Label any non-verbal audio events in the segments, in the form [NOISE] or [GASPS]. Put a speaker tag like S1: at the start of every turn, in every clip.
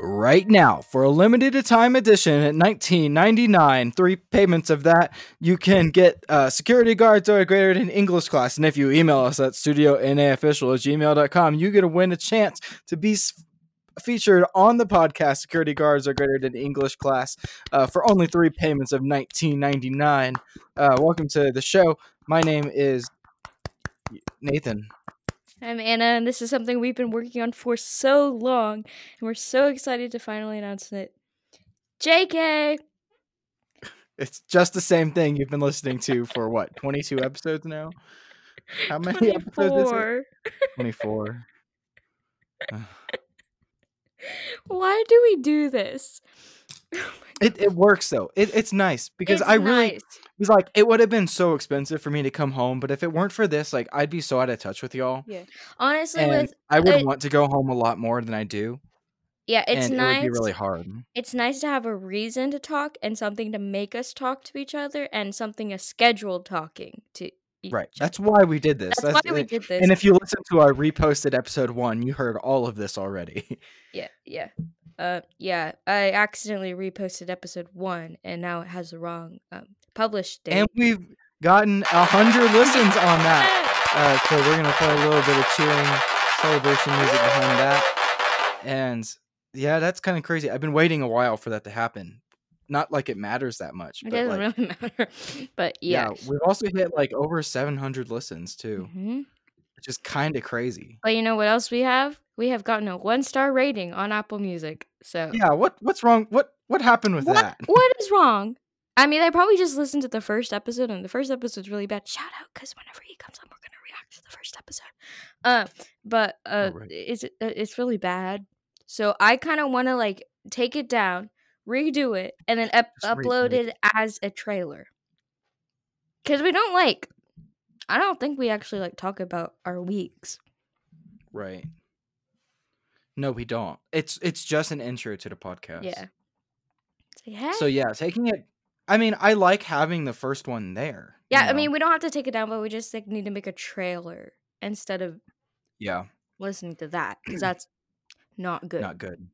S1: right now for a limited time edition at 19.99 three payments of that you can get uh, security guards or a greater than english class and if you email us at studio official at gmail.com you get to win a chance to be s- featured on the podcast security guards are greater than english class uh, for only three payments of 19.99 uh, welcome to the show my name is nathan
S2: I'm Anna, and this is something we've been working on for so long, and we're so excited to finally announce it.
S1: [LAUGHS]
S2: JK!
S1: It's just the same thing you've been listening to for what, 22 episodes now? How many episodes is it?
S2: 24.
S1: 24. Ugh.
S2: Why do we do this?
S1: it, it works though. It, it's nice because
S2: It's
S1: I really
S2: nice.
S1: was like, it would have been so expensive for me to come home, but if it weren't for this, like, I'd be so out of touch with y'all.
S2: Honestly,
S1: and
S2: with.
S1: I would
S2: uh,
S1: want to go home a lot more than I do.
S2: Yeah, it's
S1: and it
S2: nice.
S1: would be really hard.
S2: it's nice to have a reason to talk and something to make us talk to each other and something a scheduled talking to each
S1: Right.
S2: other.
S1: That's why we did this.
S2: That's, why we did this.
S1: and if you listen to our reposted episode one, you heard all of this already. [LAUGHS]
S2: Yeah, yeah. Uh yeah, I accidentally reposted episode 1 and now it has the wrong um published date.
S1: and we've gotten a hundred listens on that. Uh, so we're gonna play a little bit of cheering celebration music behind that, and yeah, that's kind of crazy. I've been waiting a while for that to happen. Not like it matters that much.
S2: It
S1: but,
S2: doesn't
S1: like,
S2: really [LAUGHS] matter. But yeah.
S1: we've also hit like over 700 listens too,
S2: Mhm.
S1: which is kind of crazy.
S2: But you know what else we have? We have gotten a one star rating on Apple Music. So
S1: Yeah, what what's wrong? What what happened with
S2: what,
S1: that?
S2: what is wrong? I mean, they probably just listened to the first episode, and the first episode's really bad. Shout out, because whenever he comes on, we're gonna react to the first episode. Uh, but uh,
S1: Alright.
S2: it's uh, it's really bad. So I kind of want to like take it down, redo it, and then up-
S1: Just re-
S2: upload
S1: make-
S2: it as a trailer. Because we don't like, I don't think we actually like talk about our weeks.
S1: Right. No, we don't. It's it's just an intro to the podcast.
S2: Yeah. It's like, hey.
S1: So yeah, taking it. I mean, I like having the first one there. you
S2: yeah, I
S1: know?
S2: mean, we don't have to take it down, but we just like need to make a trailer instead of
S1: yeah,
S2: listening to that [CLEARS THROAT] because that's not good.
S1: not good.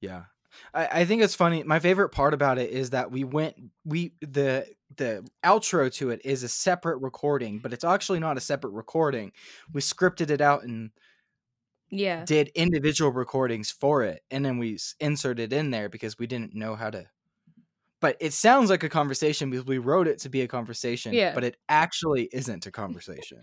S1: Yeah, I, I think it's funny. My favorite part about it is that we went we the the outro to it is a separate recording, but it's actually not a separate recording. We scripted it out and
S2: yeah.
S1: did individual recordings for it, and then we s- inserted in there because we didn't know how to. But it sounds like a conversation because we wrote it to be a conversation,
S2: Yeah.
S1: but it actually isn't a
S2: [LAUGHS]
S1: conversation.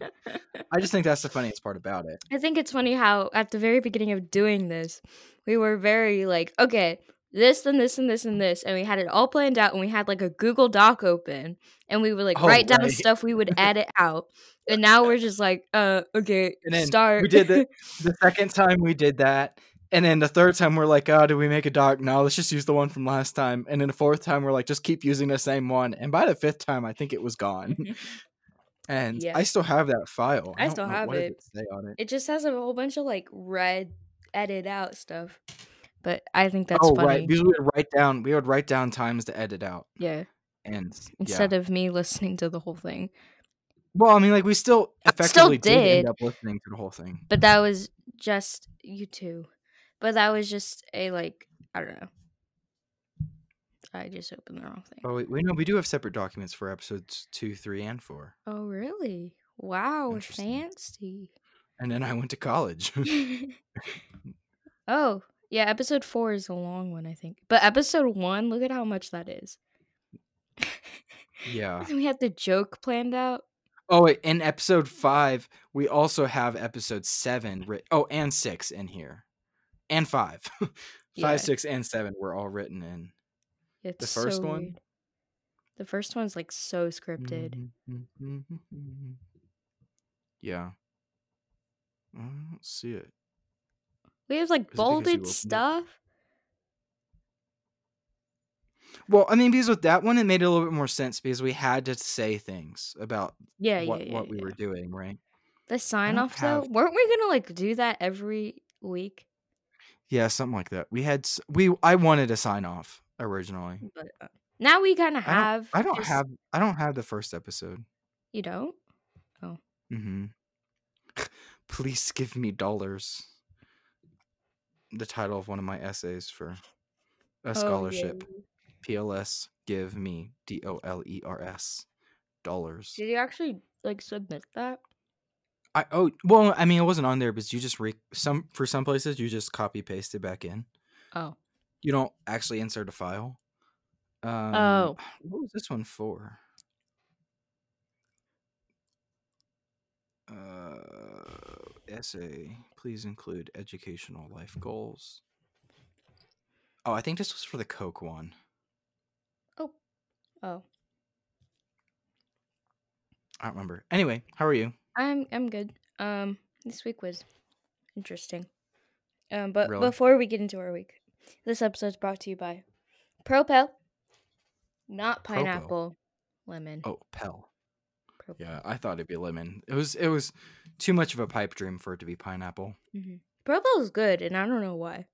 S1: I just think that's the funniest part about it.
S2: I think it's funny how at the very beginning of doing this, we were very like, okay, this and this and this and this, and we had it all planned out, and we had like a Google Doc open, and we would like
S1: Oh,
S2: write down
S1: right.
S2: stuff we [LAUGHS] would edit out, and now we're just like, uh, okay,
S1: And then
S2: start.
S1: we did the, the second time we did that. And then the third time we're like, oh, did we make a doc? No, let's just use the one from last time. And then the fourth time we're like, just keep using the same one. And by the fifth time, I think it was
S2: [LAUGHS]
S1: gone. And
S2: Yeah.
S1: I still have that file.
S2: I
S1: don't
S2: still
S1: know
S2: have
S1: what
S2: it.
S1: Say on it.
S2: [LAUGHS] it just has a whole bunch of like red edit out stuff, but I think that's
S1: oh
S2: funny.
S1: right, because we would write down we would write down times to edit out.
S2: Yeah,
S1: And
S2: instead
S1: yeah.
S2: of me listening to the whole thing.
S1: well, I mean, like we still
S2: still
S1: effectively did
S2: did.
S1: end up listening to the whole thing.
S2: But that was just you two. But that was just a like I don't know. I just opened the wrong thing. Oh,
S1: Oh wait, we know we do have separate documents for episodes two, three, and four.
S2: Oh, really? Wow,
S1: Interesting. [LAUGHS]
S2: fancy. [LAUGHS]
S1: And then I went to college.
S2: oh, yeah, episode four is a long one, I think. But episode one, look at how much that is.
S1: [LAUGHS] yeah.
S2: we had the joke planned out.
S1: Oh, wait, in episode five, we also have episode seven. Writ- oh, and six in here, and five, [LAUGHS] five,
S2: Yeah.
S1: six, and seven were all written in.
S2: It's
S1: first
S2: so
S1: one?
S2: weird. The first one's like so
S1: Mm-hmm.
S2: scripted.
S1: [LAUGHS] Yeah. I don't see it.
S2: We have like
S1: because you
S2: bolded
S1: opened it?
S2: stuff.
S1: Well, I mean, because with that one, it made a little bit more sense because we had to say things about
S2: Yeah, yeah,
S1: what
S2: yeah.
S1: what we
S2: yeah.
S1: were doing, right?
S2: The sign
S1: don't
S2: off though,
S1: have-
S2: weren't we gonna like do that every week?
S1: Yeah, something like that. We had s- we I wanted to sign off originally.
S2: But uh, now we kind of
S1: I don't-
S2: have.
S1: I don't
S2: just-
S1: have I don't have the first episode.
S2: You don't.
S1: [LAUGHS] Mm-hmm. Please give me dollars. the title of one of my essays for
S2: Oh,
S1: a scholarship.
S2: yay.
S1: PLS give me D O L E R S dollars.
S2: Did you actually like submit that?
S1: I oh well, I mean it wasn't on there, but you just re- some for some places you just copy paste it back in.
S2: Oh.
S1: You don't actually insert a file. Um,
S2: Oh.
S1: what was this one for? Uh, essay. Please include educational life goals. Oh, I think this was for the Coke one.
S2: Oh.
S1: I don't remember. Anyway, how are you?
S2: I'm I'm good. Um this week was interesting. Um but
S1: Really?
S2: before we get into our week, this episode's brought to you by Propel. Not
S1: Propel.
S2: pineapple. Lemon.
S1: Oh, Pell.
S2: Propel.
S1: Yeah, I thought it'd be lemon. It was it was too much of a pipe dream for it to be pineapple.
S2: Propel is good and I don't know why.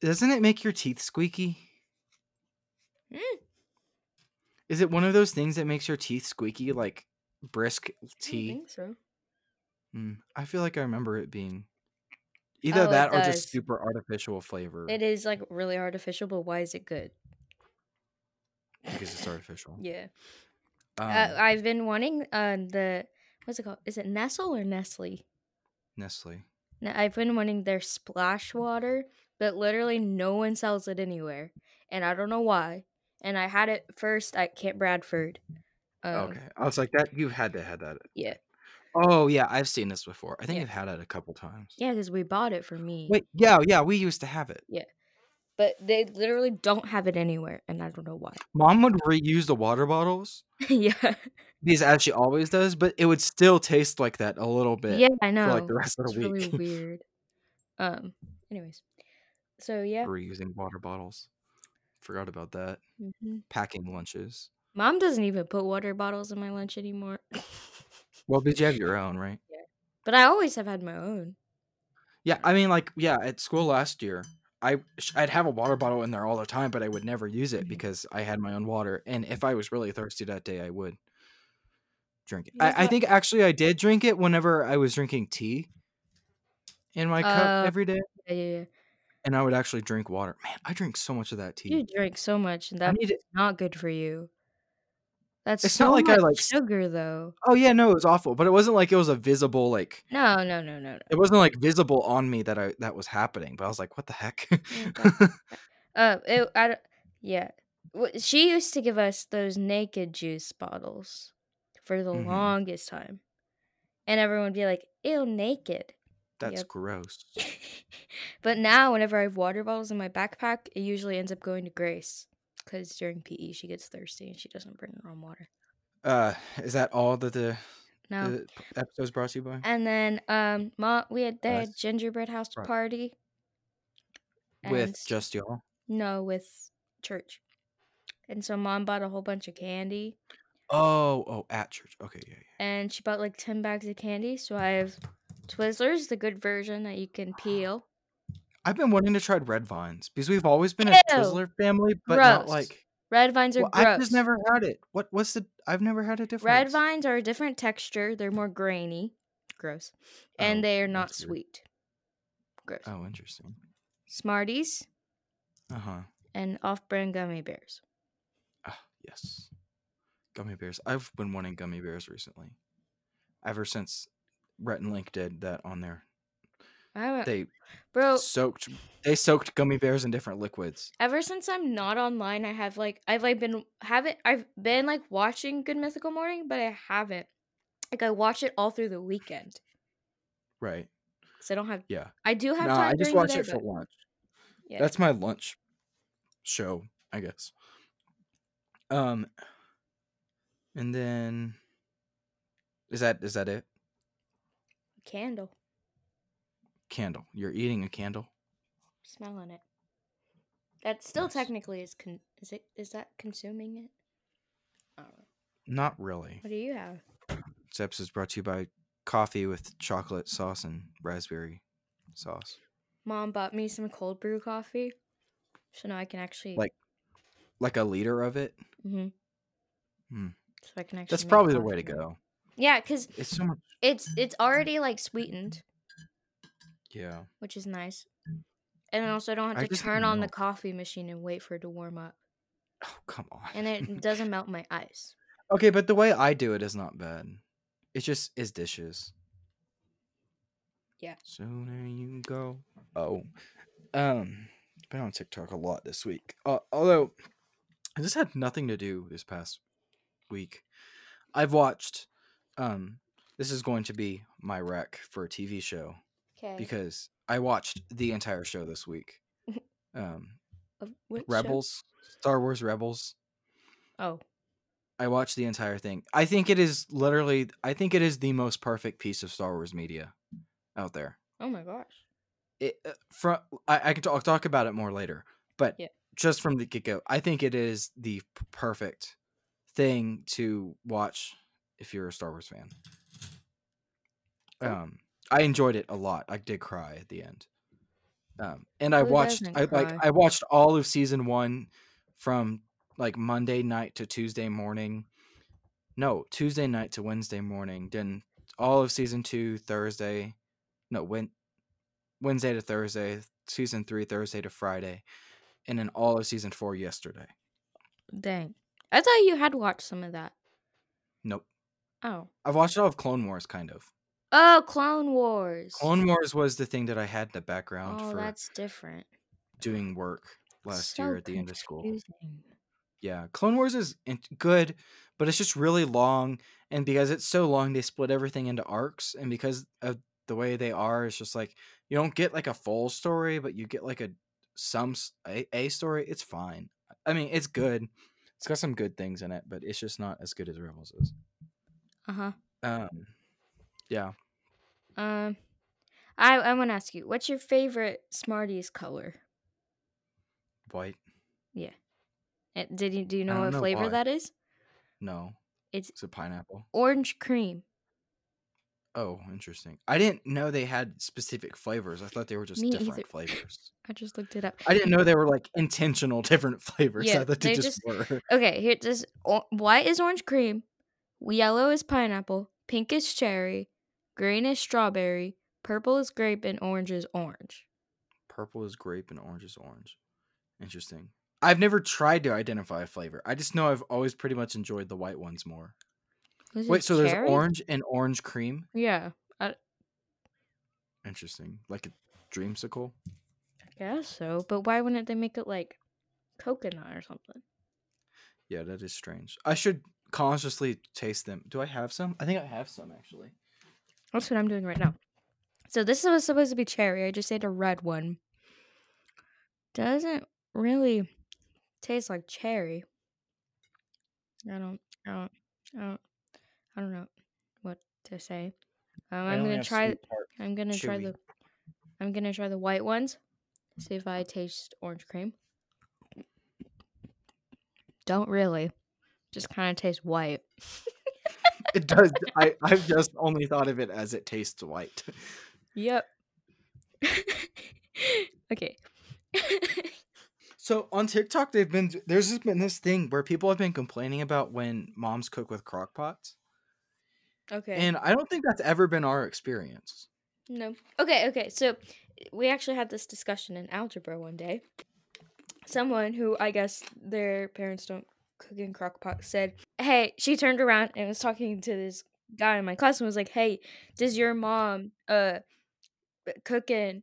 S1: Doesn't it make your teeth squeaky?
S2: Mm.
S1: Is it one of those things that makes your teeth squeaky like brisk
S2: I
S1: tea?
S2: think so.
S1: Mm, I feel like I remember it being either
S2: Oh, it
S1: that or just
S2: does.
S1: super artificial flavor
S2: It is like really artificial, but why is it good?
S1: because it's artificial.
S2: [LAUGHS] Yeah.
S1: Um,
S2: uh, I've been wanting uh the what's it called? Is it Nestle or Nestle?
S1: Nestle.
S2: No, I've been wanting their splash water, but literally no one sells it anywhere, and I don't know why. And I had it first at Camp Bradford. Um,
S1: okay, I was like that. You had to had that.
S2: Yeah.
S1: Oh yeah, I've seen this before. I think
S2: Yeah.
S1: I've had it a couple times.
S2: Yeah, because we bought it for me.
S1: Wait, yeah, yeah, we used to have it.
S2: But they literally don't have it anywhere, and I don't know why. [LAUGHS]
S1: Mom would reuse the water bottles
S2: yeah.
S1: because as she always does, but it would still taste like that a little bit
S2: Yeah, I know.
S1: for like the rest of
S2: it's
S1: the week. [LAUGHS]
S2: really weird. Um. Anyways, so yeah,
S1: Reusing water bottles. Forgot about that.
S2: mhm.
S1: Packing lunches.
S2: mom doesn't even put water bottles in my lunch anymore. [LAUGHS]
S1: Well, did you have your own, right?
S2: but I always have had my own.
S1: Yeah, I mean, like, yeah, at school last year, I sh- I'd have a water bottle in there all the time, but I would never use it
S2: Mhm.
S1: because I had my own water, and if I was really thirsty that day, I would drink it.
S2: Yeah, that's
S1: I, I
S2: what-
S1: think actually I did drink it whenever I was drinking tea in my cup
S2: Oh.
S1: every day,
S2: Yeah, yeah, yeah.
S1: and I would actually drink water. Man, I drink so much of that tea.
S2: You drink so much, and
S1: I
S2: that
S1: need it.
S2: not good for you. That's
S1: It's
S2: so
S1: not like I,
S2: much
S1: like, s-
S2: sugar though.
S1: Oh yeah, no, it was awful, but it wasn't like it was a visible like
S2: No, no, no, no,
S1: it wasn't like visible on me that I that was happening. But I was like, what the heck? [LAUGHS]
S2: Okay. no. Uh, it, I, don't- yeah. Wh- She used to give us those naked juice bottles for the
S1: Mhm.
S2: longest time, and everyone would be like, "Ew, naked."
S1: That's
S2: Yep.
S1: gross.
S2: [LAUGHS] but now, whenever I have water bottles in my backpack, it usually ends up going to Grace because during PE she gets thirsty and she doesn't bring her own water.
S1: Uh, is that all that the
S2: No.
S1: the p- episode's brought to you by?
S2: And then um ma we had the
S1: Nice.
S2: gingerbread house
S1: Right.
S2: party. and-
S1: With just y'all.
S2: no with church. And so mom bought a whole bunch of candy
S1: Oh, oh, at church. Okay, yeah, yeah.
S2: and she bought like 10 bags of candy. So I have Twizzlers, the good version that you
S1: [GASPS]
S2: can peel.
S1: I've been wanting to try red vines because we've always been a
S2: Ew,
S1: Twizzler family, but not
S2: gross.
S1: like
S2: Red vines are
S1: well,
S2: gross.
S1: I've just never had it. What? What's the? I've never had a difference.
S2: Red vines are a different texture. They're more grainy. Gross. And
S1: Oh,
S2: they are not
S1: that's weird.
S2: sweet. Gross.
S1: Oh, interesting.
S2: Smarties
S1: Uh huh.
S2: and off-brand gummy bears.
S1: Ah, yes. Gummy bears. I've been wanting gummy bears recently. Ever since Rhett and Link did that on there,
S2: I haven't-
S1: they
S2: bro,
S1: soaked. They soaked gummy bears in different liquids.
S2: ever since I'm not online, I have like I've like been haven't I've been like watching Good Mythical Morning, but I haven't. Like I watch it all through the weekend
S1: Right.
S2: because I don't have.
S1: Yeah.
S2: I do have
S1: Nah,
S2: time.
S1: I just
S2: during
S1: watch
S2: the day,
S1: it for
S2: but-
S1: lunch.
S2: Yeah.
S1: That's my lunch show, I guess. Um, and then is that is that it?
S2: candle.
S1: Candle. You're eating a candle.
S2: Smell on it. That still
S1: Nice.
S2: technically is con- is it is that consuming it? I don't know.
S1: Not really.
S2: What do you have?
S1: Zeps is brought to you by coffee with chocolate sauce and raspberry sauce.
S2: Mom bought me some cold brew coffee, so now I can actually
S1: Like- Like a liter of it.
S2: Mhm.
S1: Hmm.
S2: So I can actually.
S1: That's
S2: make
S1: probably the way to
S2: coffee now.
S1: go.
S2: Yeah, because
S1: It's so much.
S2: it's it's already like sweetened,
S1: Yeah.
S2: which is nice. and also I don't
S1: I
S2: have to
S1: just
S2: turn
S1: don't
S2: on
S1: know.
S2: the coffee machine and wait for it to warm up,
S1: Oh, come on.
S2: and it doesn't melt my ice.
S1: okay, but the way I do it is not bad. It just is dishes.
S2: Yeah.
S1: Sooner you go. Oh. Um, been on TikTok a lot this week. Uh, although I just had nothing to do this past week. I've watched um this is going to be my rec for a TV show
S2: Okay.
S1: because I watched the entire show this
S2: [LAUGHS]
S1: week. Um Rebels, Star Wars Rebels.
S2: Oh,
S1: I watched the entire thing. I think it is literally I think it is the most perfect piece of Star Wars media out there.
S2: oh my gosh.
S1: It uh, from I, I can talk, talk about it more later, but
S2: Yeah.
S1: just from the get go, I think it is the p- perfect thing to watch if you're a Star Wars fan.
S2: Cool.
S1: Um, I enjoyed it a lot. I did cry at the end. Um, and I
S2: Who
S1: watched
S2: doesn't
S1: I like
S2: cry?
S1: I watched all of season 1 from like Monday night to Tuesday morning. No, Tuesday night to Wednesday morning. Then all of season 2 Thursday. No, when Wednesday to Thursday, season 3 Thursday to Friday, and then all of season 4 yesterday.
S2: Dang. I thought you had watched some of that.
S1: Nope.
S2: Oh.
S1: I've watched all of Clone Wars kind of.
S2: Oh, Clone Wars.
S1: Clone Wars was the thing that I had in the background
S2: oh,
S1: for
S2: that's different.
S1: doing work last year
S2: So
S1: at the end of school.
S2: confusing.
S1: Yeah, Clone Wars is in- good, but it's just really long. And because it's so long, they split everything into arcs. And because of the way they are, it's just like you don't get like a full story, but you get like a some s- a, a story. It's fine. I mean,
S2: Mm.
S1: it's good. It's got some good things in it, but it's just not as good as Rebels is.
S2: Uh-huh.
S1: Um, yeah.
S2: Um I I want to ask you, what's your favorite Smarties color?
S1: White.
S2: Eh, Did you do you
S1: I
S2: know what
S1: don't know
S2: flavor
S1: why.
S2: that is?
S1: No.
S2: It's-
S1: it's a pineapple.
S2: Orange cream.
S1: Oh, interesting. I didn't know they had specific flavors. I thought they were just
S2: Me
S1: different
S2: either.
S1: flavors.
S2: I just looked it up.
S1: I didn't know they were like intentional different flavors.
S2: Yeah,
S1: I thought they
S2: they
S1: just, were.
S2: Okay, here it is. Or- white is orange cream, yellow is pineapple, pink is cherry, green is strawberry, purple is grape, and orange is orange.
S1: [LAUGHS] Purple is grape and orange is orange. Interesting. I've never tried to identify a flavor. I just know I've always pretty much enjoyed the white ones more.
S2: Was it
S1: Wait, so there's
S2: cherry?
S1: orange and orange cream?
S2: Yeah,
S1: Interesting. Like a dreamsicle?
S2: I guess so. But why wouldn't they make it like coconut or something?
S1: Yeah, that is strange. I should consciously taste them. Do I have some? I think I have some actually.
S2: That's what I'm doing right now. So this was supposed to be cherry. I just ate a red one. Doesn't really taste like cherry. I don't. I don't. I don't. I don't know what to say. Um,
S1: I
S2: I'm
S1: only
S2: gonna
S1: have
S2: try.
S1: sweet tart.
S2: I'm gonna try
S1: chewy.
S2: the. I'm gonna try the white ones. See if I taste orange cream. Don't really. Just kind of taste white.
S1: It does. I, I've just only thought of it as it tastes white.
S2: Yep. [LAUGHS] okay. [LAUGHS]
S1: So on TikTok, they've been there's just been this thing where people have been complaining about when moms cook with crock pots,
S2: okay.
S1: and I don't think that's ever been our experience.
S2: no. Okay, okay. So we actually had this discussion in algebra one day. Someone who I guess their parents don't cook in crock pot said, Hey, she turned around and was talking to this guy in my class and was like, Hey, does your mom uh cook in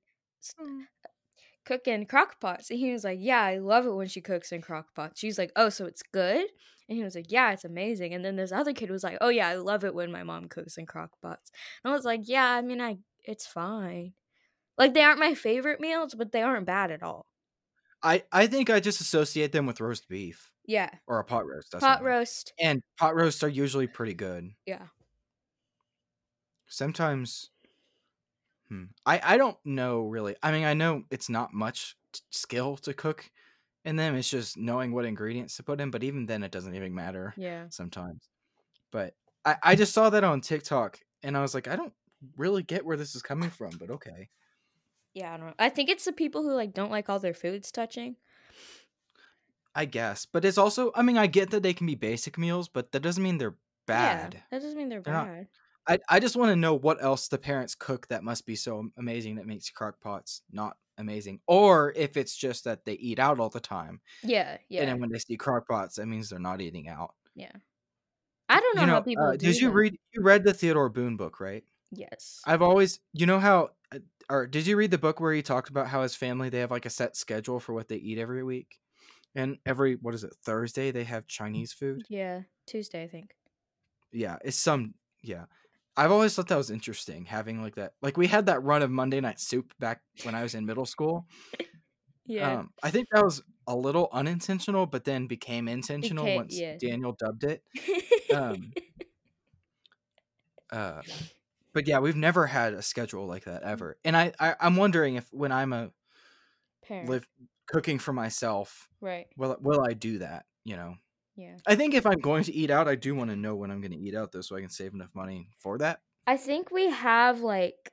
S2: cook in crock pots? And he was like, Yeah, I love it when she cooks in crock pots. She's like, Oh, so it's good? And he was like, Yeah, it's amazing. And then this other kid was like, Oh yeah, I love it when my mom cooks in crock pots. And I was like, Yeah, I mean I it's fine. Like they aren't my favorite meals, but they aren't bad at all.
S1: I I think I just associate them with roast beef
S2: Yeah.
S1: or a pot roast. That's
S2: Pot
S1: what I meant.
S2: roast.
S1: and pot roasts are usually pretty good.
S2: Yeah.
S1: Sometimes, hmm, I I don't know really. I mean, I know it's not much t- skill to cook in them. It's just knowing what ingredients to put in. But even then, it doesn't even matter.
S2: Yeah.
S1: sometimes. But I, I just saw that on TikTok and I was like, I don't really get where this is coming from, but okay.
S2: Yeah, I don't know. I think it's the people who like don't like all their foods touching.
S1: I guess. But it's also, I mean, I get that they can be basic meals, but that doesn't mean they're bad.
S2: Yeah, that doesn't mean they're,
S1: They're not-
S2: bad.
S1: I, I just want to know what else the parents cook that must be so amazing that makes crock pots not amazing. Or if it's just that they eat out all the time.
S2: Yeah, yeah,
S1: And then when they see crock pots, that means they're not eating out.
S2: yeah. I don't know,
S1: you know,
S2: how people
S1: uh,
S2: do.
S1: did you
S2: them.
S1: read you read the Theodore Boone book, right?
S2: Yes.
S1: I've always you know how uh, or did you read the book where he talked about how his family they have like a set schedule for what they eat every week? And every what is it, Thursday they have Chinese food?
S2: [LAUGHS] yeah, Tuesday I think.
S1: yeah it's some yeah i've always thought that was interesting having like that like we had that run of monday night soup back when i was in middle school
S2: Yeah.
S1: um i think that was a little unintentional but then became intentional
S2: Became-
S1: once
S2: yeah.
S1: daniel dubbed it um uh but yeah we've never had a schedule like
S2: Mm.
S1: that ever and i, I i'm wondering if when i'm a
S2: [LAUGHS] Parent.
S1: live cooking for myself
S2: Right.
S1: will will i do that you know
S2: Yeah.
S1: i think if i'm going to eat out i do want to know when i'm going to eat out though so i can save enough money for that
S2: I think we have like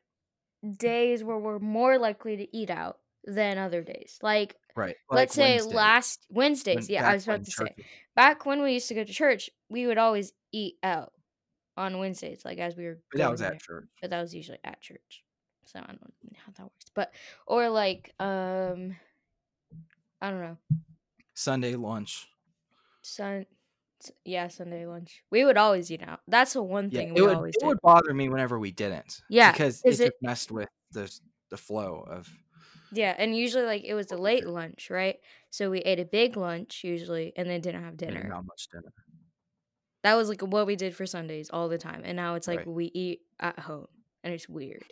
S2: days where we're more likely to eat out than other days. Like,
S1: right
S2: let's
S1: like
S2: say
S1: Wednesdays.
S2: last Wednesdays.
S1: when-
S2: yeah,
S1: back
S2: I was
S1: when
S2: about to say
S1: churches-
S2: back when we used to go to church, we would always eat out on Wednesdays, like as we were.
S1: but that was
S2: going
S1: at
S2: there.
S1: church.
S2: but that was usually at church. So I don't know how that works, but or like um, I don't know.
S1: Sunday lunch.
S2: Sun, s- yeah, Sunday lunch. We would always eat out. That's the one
S1: Yeah,
S2: thing
S1: it
S2: we
S1: would,
S2: always
S1: it
S2: did.
S1: would bother me whenever we didn't.
S2: Yeah,
S1: because it,
S2: 'cause
S1: just
S2: it-
S1: messed with the s- the flow of.
S2: Yeah, and usually like it was a
S1: What was
S2: late
S1: it?
S2: lunch, right? So we ate a big lunch usually, and then didn't
S1: I
S2: have
S1: mean,
S2: dinner.
S1: Not much dinner.
S2: That was like what we did for Sundays all the time, and now it's like
S1: Right.
S2: we eat at home, and it's weird.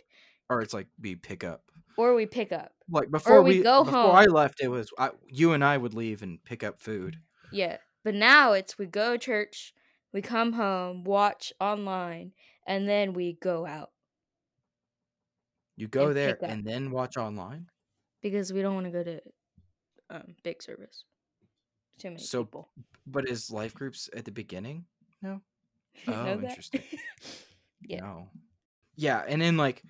S1: Or it's like we pick up.
S2: Or we pick up.
S1: Like before
S2: we
S1: we
S2: go
S1: before I left, it was I, you and I would leave and pick up
S2: Mm-hmm.
S1: food.
S2: Yeah, but now it's we go to church, we come home, watch online, and then we go out
S1: You go
S2: And
S1: there
S2: pick up.
S1: and then watch online.
S2: because we don't want to go to um, big service. Too many
S1: So-
S2: people.
S1: But is life groups at the beginning? No.
S2: You [LAUGHS] know
S1: Oh,
S2: that?
S1: interesting.
S2: yeah.
S1: No. Yeah, and then like,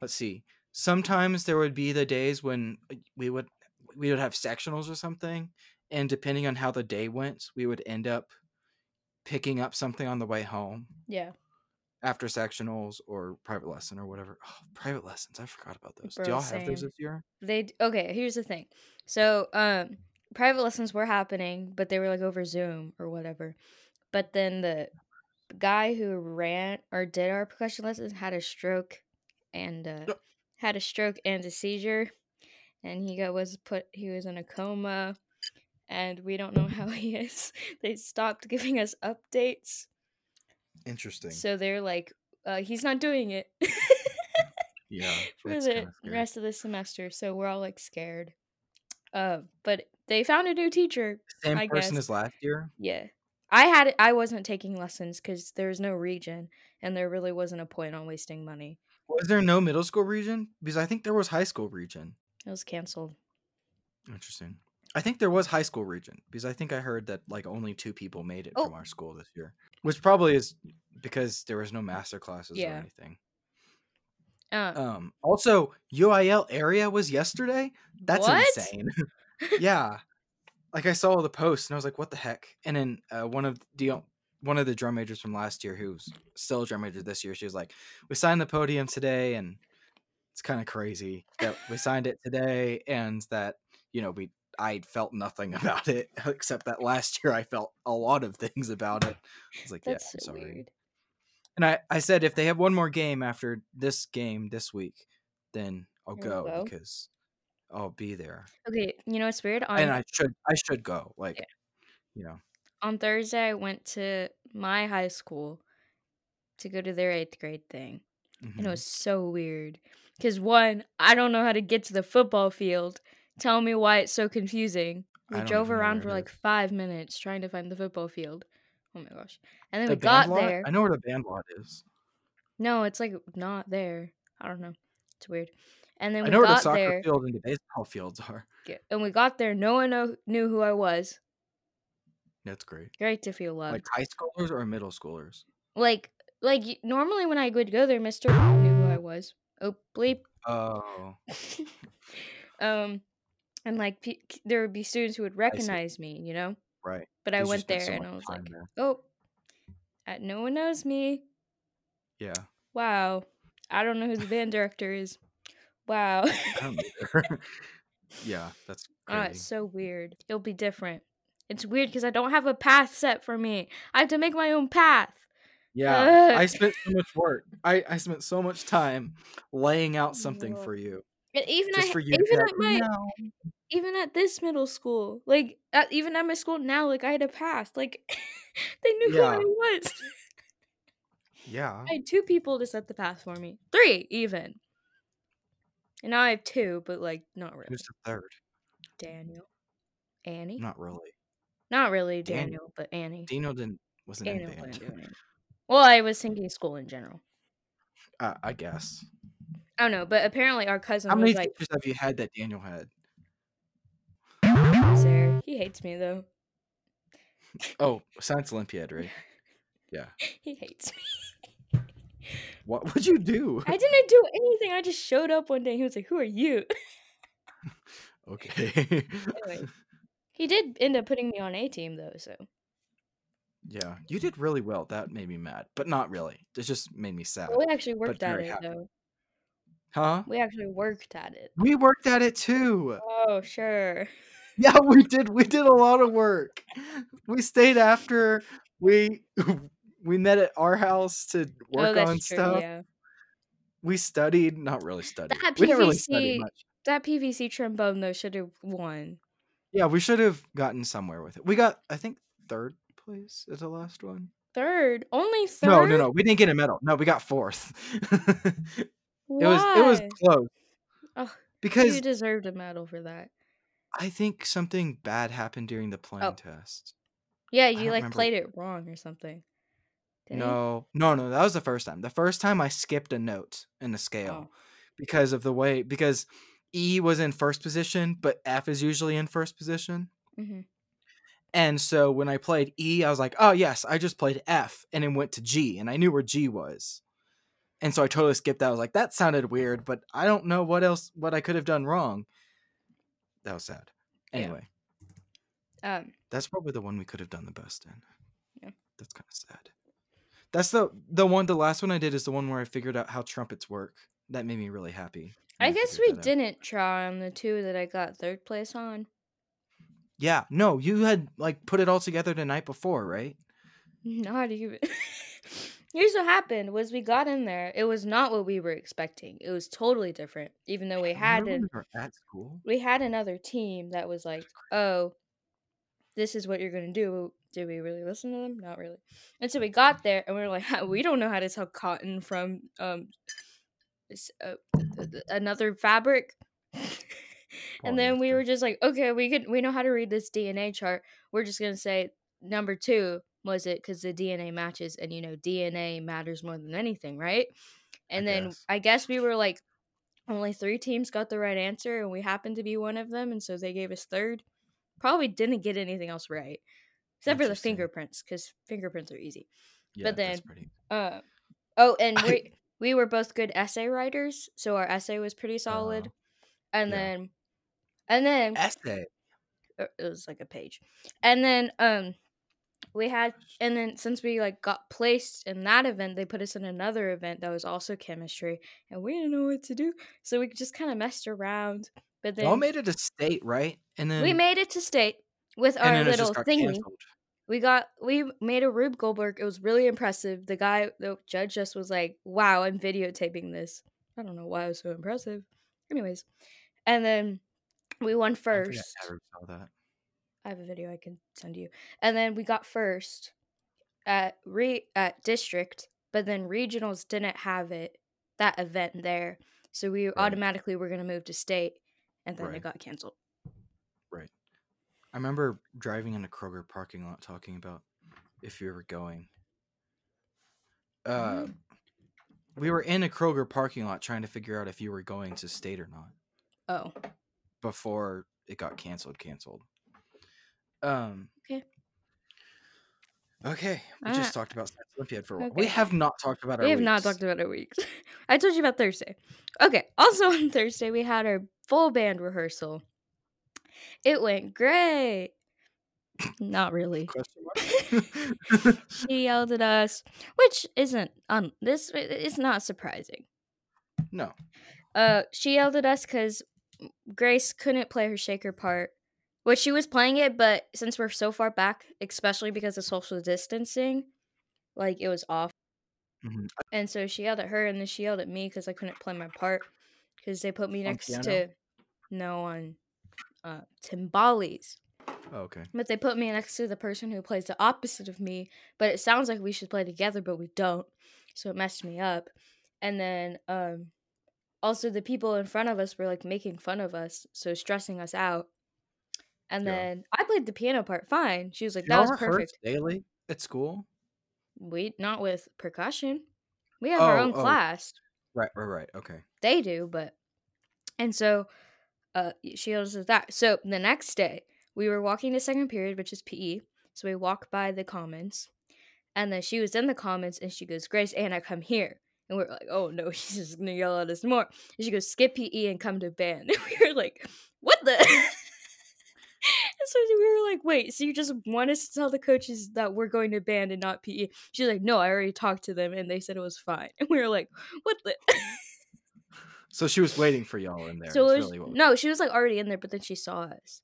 S1: let's see. Sometimes there would be the days when uh, we would we would have sectionals or something, and depending on how the day went, we would end up picking up something on the way home
S2: Yeah.
S1: after sectionals or private lesson or whatever. Oh, private lessons, I forgot about those.
S2: Bro,
S1: Do y'all have those
S2: same.
S1: this year?
S2: They d- okay. Here's the thing. So um, private lessons were happening, but they were like over Zoom or whatever. But then the guy who ran or did our percussion lessons had a stroke, and uh,
S1: No.
S2: had a stroke and a seizure, and he got was put. He was in a coma, and we don't know how [LAUGHS] he is. They stopped giving us updates,
S1: Interesting.
S2: so they're like, uh, he's not doing it. [LAUGHS]
S1: yeah.
S2: for
S1: that's
S2: the
S1: kinda scary.
S2: rest of the semester, so we're all like scared. Uh, but they found a new teacher.
S1: Same
S2: I
S1: person
S2: guess.
S1: as last year.
S2: Yeah, I had I wasn't taking lessons because there was no region, and there really wasn't a point on wasting money.
S1: Was there no middle school region? Because I think there was high school region.
S2: It was canceled.
S1: Interesting. I think there was high school region because I think I heard that like only two people made it
S2: Oh.
S1: from our school this year, which probably is because there was no master classes or
S2: Yeah.
S1: anything.
S2: Um,
S1: Um, also, UIL area was yesterday. That's
S2: what? [LAUGHS]
S1: insane. [LAUGHS] yeah, like I saw the post and I was like, "What the heck?" And then uh, one of the one of the drum majors from last year, who's still a drum major this year, she was like, "We signed the podium today, and it's kind of crazy that we signed it today, and that you know we I felt nothing [LAUGHS] about it except that last year I felt a lot of things about it." I was like,
S2: That's
S1: "Yeah, I'm
S2: so
S1: sorry."
S2: weird.
S1: And I, I said if they have one more game after this game this week, then I'll
S2: You wanna
S1: go,
S2: go?
S1: because I'll be there.
S2: Okay, you know what's weird? On
S1: and I should I should go. Like
S2: Yeah.
S1: you know.
S2: on Thursday, I went to my high school to go to their eighth grade thing. and it
S1: mhm.
S2: was so weird because one i don't know how to get to the football field tell me why it's so confusing
S1: I
S2: we
S1: don't
S2: drove
S1: even know
S2: around
S1: where
S2: for
S1: it
S2: like
S1: is.
S2: five minutes trying to find the football field oh my gosh and then
S1: the
S2: we got
S1: band lot?
S2: there
S1: I know what a band lot is.
S2: no it's like not there i don't know it's weird and then
S1: I
S2: we
S1: know what a
S2: got
S1: soccer
S2: there
S1: field and the baseball [LAUGHS] fields are.
S2: g- and we got there no one know, knew who i was
S1: That's great.
S2: great to feel loved
S1: Like high schoolers or middle schoolers?
S2: like like y- normally when i would go there mr knew who i was oh bleep
S1: Oh.
S2: [LAUGHS] um and like pe- k- there would be students who would recognize me you know
S1: Right.
S2: but i "Oh,
S1: He's
S2: went
S1: just spent
S2: there
S1: so
S2: and
S1: much
S2: i was
S1: time
S2: like
S1: there.
S2: oh uh, no one knows me [LAUGHS]
S1: Yeah.
S2: Wow. I don't know who the band director is. Wow. [LAUGHS]
S1: I don't either. [LAUGHS] yeah, that's
S2: Oh,
S1: crazy.
S2: it's so weird. It'll be different. It's weird because I don't have a path set for me. I have to make my own path.
S1: yeah, I
S2: Ugh.
S1: spent so
S2: [LAUGHS]
S1: much work. I, I spent so much time laying out something
S2: Lord.
S1: for you,
S2: And even
S1: just
S2: I,
S1: for you.
S2: even
S1: to
S2: at my, even at this middle school, like at, even at my school now, like I had a path. Like [LAUGHS] they knew
S1: Yeah.
S2: who I was.
S1: Yeah,
S2: I had two people to set the path for me. Three even. And now I have two, but like not really.
S1: who's the third?
S2: Daniel, Annie.
S1: Not really.
S2: Not really
S1: Daniel.
S2: Daniel, but Annie.
S1: Dino didn't wasn't in
S2: Daniel
S1: band.
S2: wouldn't do anything. Well, I was thinking school in general.
S1: Uh, [LAUGHS] I guess.
S2: I don't know, but apparently our cousin
S1: How many
S2: was like,
S1: teachers have you had that Daniel had?
S2: "Sir, he hates me though.
S1: Oh, Science Olympiad, [LAUGHS] right?
S2: He hates me.
S1: What would you do?
S2: I didn't do anything. I just showed up one day. and He was like, "Who are you?"
S1: [LAUGHS]
S2: [LAUGHS]
S1: Okay.
S2: Anyway, he did end up putting me on a team though, so
S1: yeah, you did really well. That made me mad, but not really. It just made me sad.
S2: Well, we actually worked at
S1: very
S2: it
S1: happy.
S2: though.
S1: Huh?
S2: We actually worked at it.
S1: We worked at it [LAUGHS] too.
S2: Oh sure. [LAUGHS]
S1: Yeah, we did. We did a lot of work. We stayed after. We [LAUGHS] we met at our house to
S2: oh,
S1: work
S2: that's
S1: on
S2: true.
S1: stuff.
S2: Yeah.
S1: We studied, not really studied.
S2: That
S1: we didn't really study
S2: PVC
S1: much.
S2: That PVC trombone though should have won.
S1: Yeah, we should have gotten somewhere with it. We got, I think, third place is the last one.
S2: Third, only third.
S1: No, no, no. We didn't get a medal. No, we got fourth. [LAUGHS] it was it was
S2: Why?
S1: close.
S2: Ugh,
S1: because
S2: you deserved a medal for that.
S1: I think something bad happened during the playing
S2: Oh.
S1: test.
S2: Yeah,
S1: don't
S2: you like
S1: remember.
S2: played it wrong or something. Didn't you?
S1: No, no, no. That was the first time. The first time I skipped a note in the
S2: Um,
S1: scale because of the way because E was in first position, but F is usually in first position.
S2: Mhm.
S1: And so when I played E, I was like, oh yes, I just played F and then went to G and I knew where G was. And so I totally skipped that. I was like, that sounded weird, but I don't know what else what I could have done wrong. That was sad.
S2: Yeah.
S1: Anyway,
S2: Um,
S1: that's probably the one we could have done the best in.
S2: Yeah.
S1: That's kind of sad. That's the the one the last one I did is the one where I figured out how trumpets work. That made me really happy. when
S2: I guess
S1: figured
S2: we
S1: that out.
S2: didn't try on the two that I got third place on. [LAUGHS]
S1: Yeah, no, you had like put it all together the night before, right?
S2: Not even. [LAUGHS] Here's what happened: was we got in there. It was not what we were expecting. It was totally different. Even though we
S1: I remember
S2: had
S1: when
S2: an,
S1: we were at school.
S2: we had another team that was like, "Oh, this is what you're gonna do." Did we really listen to them? Not really. And so we got there, and we were like, [LAUGHS] "We don't know how to tell cotton from um, s- uh, th- th- another fabric." [LAUGHS] and then we
S1: Polyester.
S2: were just like, "Okay, we could. We know how to read this DNA chart. We're just gonna say number two was it because the DNA matches, and you know DNA matters more than anything, right?" And then
S1: guess.
S2: I guess we were like, only three teams got the right answer, and we happened to be one of them, and so they gave us third. Probably didn't get anything else right, except for the
S1: Interesting.
S2: fingerprints, because fingerprints are easy.
S1: Yeah,
S2: but
S1: that's
S2: then-
S1: pretty.
S2: Uh, oh, and
S1: [COUGHS] I-
S2: we we were both good essay writers, so our essay was pretty solid. and
S1: Uh-huh. yeah.
S2: then, and then
S1: Essay.
S2: uh, it was like a page and then um we had and then since we like got placed in that event they put us in another event that was also chemistry and we didn't know what to do so we just kind of messed around but then
S1: Y'all made it a state, right? And then
S2: we made it to state with
S1: and
S2: our
S1: then it just
S2: little
S1: got
S2: thingy
S1: canceled.
S2: we got we made a rube goldberg it was really impressive the guy the judge just was like wow i'm videotaping this i don't know why it was so impressive anyways and then we won
S1: I think
S2: first
S1: I never saw that.
S2: I have a video I can send you. And then we got first at re at district, but then regionals didn't have it that event there, so we automatically were gonna move to state, and then
S1: Right.
S2: it got canceled.
S1: I remember driving in a Kroger parking lot talking about if you were going. Uh,
S2: Mhm.
S1: we were in a Kroger parking lot trying to figure out if you were going to state or not
S2: Oh,
S1: before it got canceled. Canceled. Um.
S2: Okay.
S1: Okay. We
S2: Uh,
S1: just talked about Science Olympiad for a while. We
S2: okay.
S1: have not talked about our.
S2: we have not
S1: weeks.
S2: talked about it weeks. [LAUGHS] I told you about Thursday. Okay, also [LAUGHS] on Thursday we had our full band rehearsal. It went great. Not
S1: [LAUGHS]
S2: really.
S1: Question
S2: [LAUGHS]
S1: mark.
S2: She yelled at us, which isn't um this is not surprising.
S1: no.
S2: Uh, she yelled at us because Grace couldn't play her shaker part, which she was playing it, but since we're so far back, especially because of social distancing, like it was off.
S1: Mhm.
S2: And so she yelled at her, and then she yelled at me because I couldn't play my part because they put me
S1: On
S2: next
S1: piano?
S2: to no on uh, timbales,
S1: Oh, Okay.
S2: but they put me next to the person who plays the opposite of me. But it sounds like we should play together, but we don't, so it messed me up. And then um, also the people in front of us were like making fun of us, so stressing us out. And
S1: Yeah.
S2: then I played the piano part fine. She was like, "That
S1: Y'all
S2: was
S1: rehearse
S2: perfect."
S1: daily at school.
S2: We not with percussion. We have our
S1: Oh,
S2: own
S1: oh.
S2: class.
S1: Right. Right. Right. Okay.
S2: They do, but and so uh she yells at that. So the next day, we were walking to second period, which is PE. So we walk by the commons. And then she was in the commons and she goes, Grace, Anna, come here. And we're like, oh no, [LAUGHS] she's just gonna yell at us more. And she goes, skip PE and come to band. [LAUGHS] And we were like, what the? [LAUGHS] and so we were like, wait, so you just want us to tell the coaches that we're going to band and not PE? She's like, no, I already talked to them and they said it was fine. [LAUGHS] And we were like, what the?
S1: So she was waiting for y'all in there.
S2: So
S1: is
S2: it was,
S1: really what was-
S2: no, she was like already in there, but then she saw us.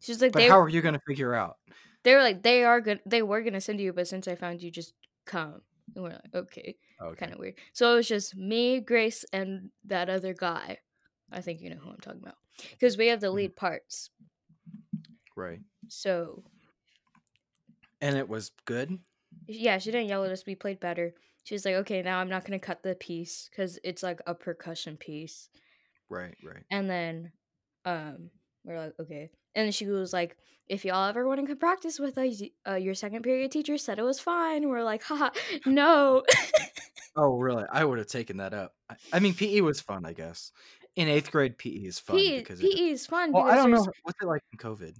S2: She was like,
S1: But
S2: they,
S1: how are you going to figure out?
S2: they were like, they are good. They were gonna send you, but since I found you, just come. And we're like, okay,
S1: Okay.
S2: kind of weird. So it was just me, Grace, and that other guy. I think you know who I'm talking about because we have the
S1: Mhm.
S2: lead parts.
S1: Right.
S2: So
S1: And it was good.
S2: yeah, she didn't yell at us. We played better. She was like, okay, now I'm not gonna cut the piece because it's like a percussion piece.
S1: Right. Right.
S2: And then um we're like, okay. And then she was like, if y'all ever want to come practice with us, uh, your second period teacher said it was fine. We're
S1: [LAUGHS]
S2: like, haha, no.
S1: Oh, really? I would have taken that up. I, I mean, PE was fun, I guess. In eighth grade, PE is fun
S2: PE,
S1: because it,
S2: PE is fun.
S1: well, I
S2: because
S1: don't know
S2: there's-
S1: what's it like in COVID.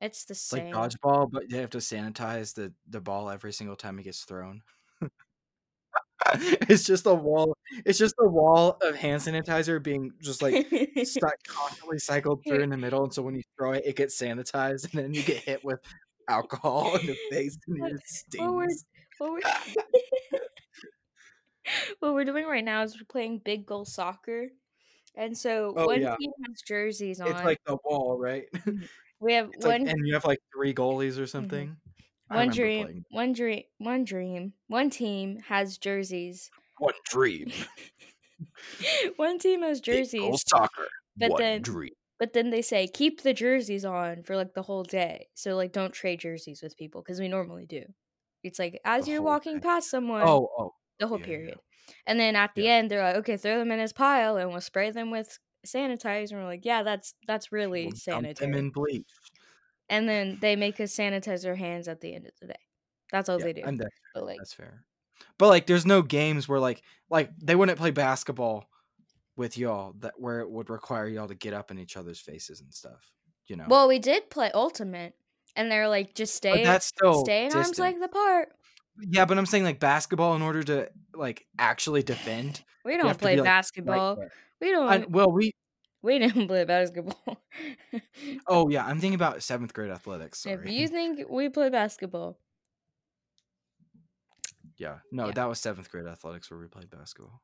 S2: It's the
S1: It's like
S2: E same.
S1: dodgeball, but you have to sanitize the the ball every single time it gets thrown. [LAUGHS] it's just a wall. It's just a wall of hand sanitizer being just
S2: [LAUGHS]
S1: like stuck constantly cycled through
S2: Here-
S1: in the middle, and so when you throw it, it gets sanitized, and then you get hit with alcohol
S2: [LAUGHS]
S1: in the face, and
S2: What- Oh
S1: it
S2: what we're,
S1: stings.
S2: what, we're [LAUGHS] what we're doing right now is we're playing big goal soccer. And so
S1: Oh,
S2: one
S1: yeah.
S2: team has jerseys on.
S1: It's like the wall, right? [LAUGHS]
S2: we have
S1: It's like,
S2: one Mm-hmm.
S1: and you have like three goalies or something. I
S2: one
S1: remember
S2: dream,
S1: playing
S2: one dream, one dream, one team has jerseys.
S1: One Dream [LAUGHS]
S2: [LAUGHS] one team has
S1: Big Goal
S2: jerseys,
S1: Soccer.
S2: but then-
S1: Dream.
S2: but then they say keep the jerseys on for like the whole day. So like don't trade jerseys with people because we normally do. It's like as
S1: The
S2: you're
S1: whole
S2: walking
S1: day.
S2: past someone,
S1: Oh, oh,
S2: the whole
S1: yeah, yeah.
S2: period, and then at the end they're like, okay, throw them in his pile, and we'll spray them with sanitizer. And we're like, yeah, that's that's really
S1: we'll dump
S2: sanitary.
S1: them in bleach.
S2: and then they make us sanitize our hands at the end of the day. That's all
S1: Yeah,
S2: they do.
S1: and that's
S2: but like,
S1: that's fair. But like, there's no games where like like they wouldn't play basketball with y'all that where it would require y'all to get up in each other's faces and stuff. You know.
S2: Well, we did play Ultimate, and they're like, just
S1: but
S2: stay,
S1: that's still
S2: stay in arms
S1: distant.
S2: length apart.
S1: yeah, but I'm saying like basketball in order to like
S2: [SIGHS]
S1: actually defend.
S2: We
S1: have
S2: don't
S1: to
S2: play
S1: be, like, Right
S2: basketball.
S1: there.
S2: we don't.
S1: I- well, we
S2: we didn't play basketball. [LAUGHS]
S1: oh yeah, I'm thinking about seventh grade athletics. Sorry.
S2: if you think we play basketball,
S1: [LAUGHS] yeah, no,
S2: Yeah.
S1: that was seventh grade athletics where we played basketball.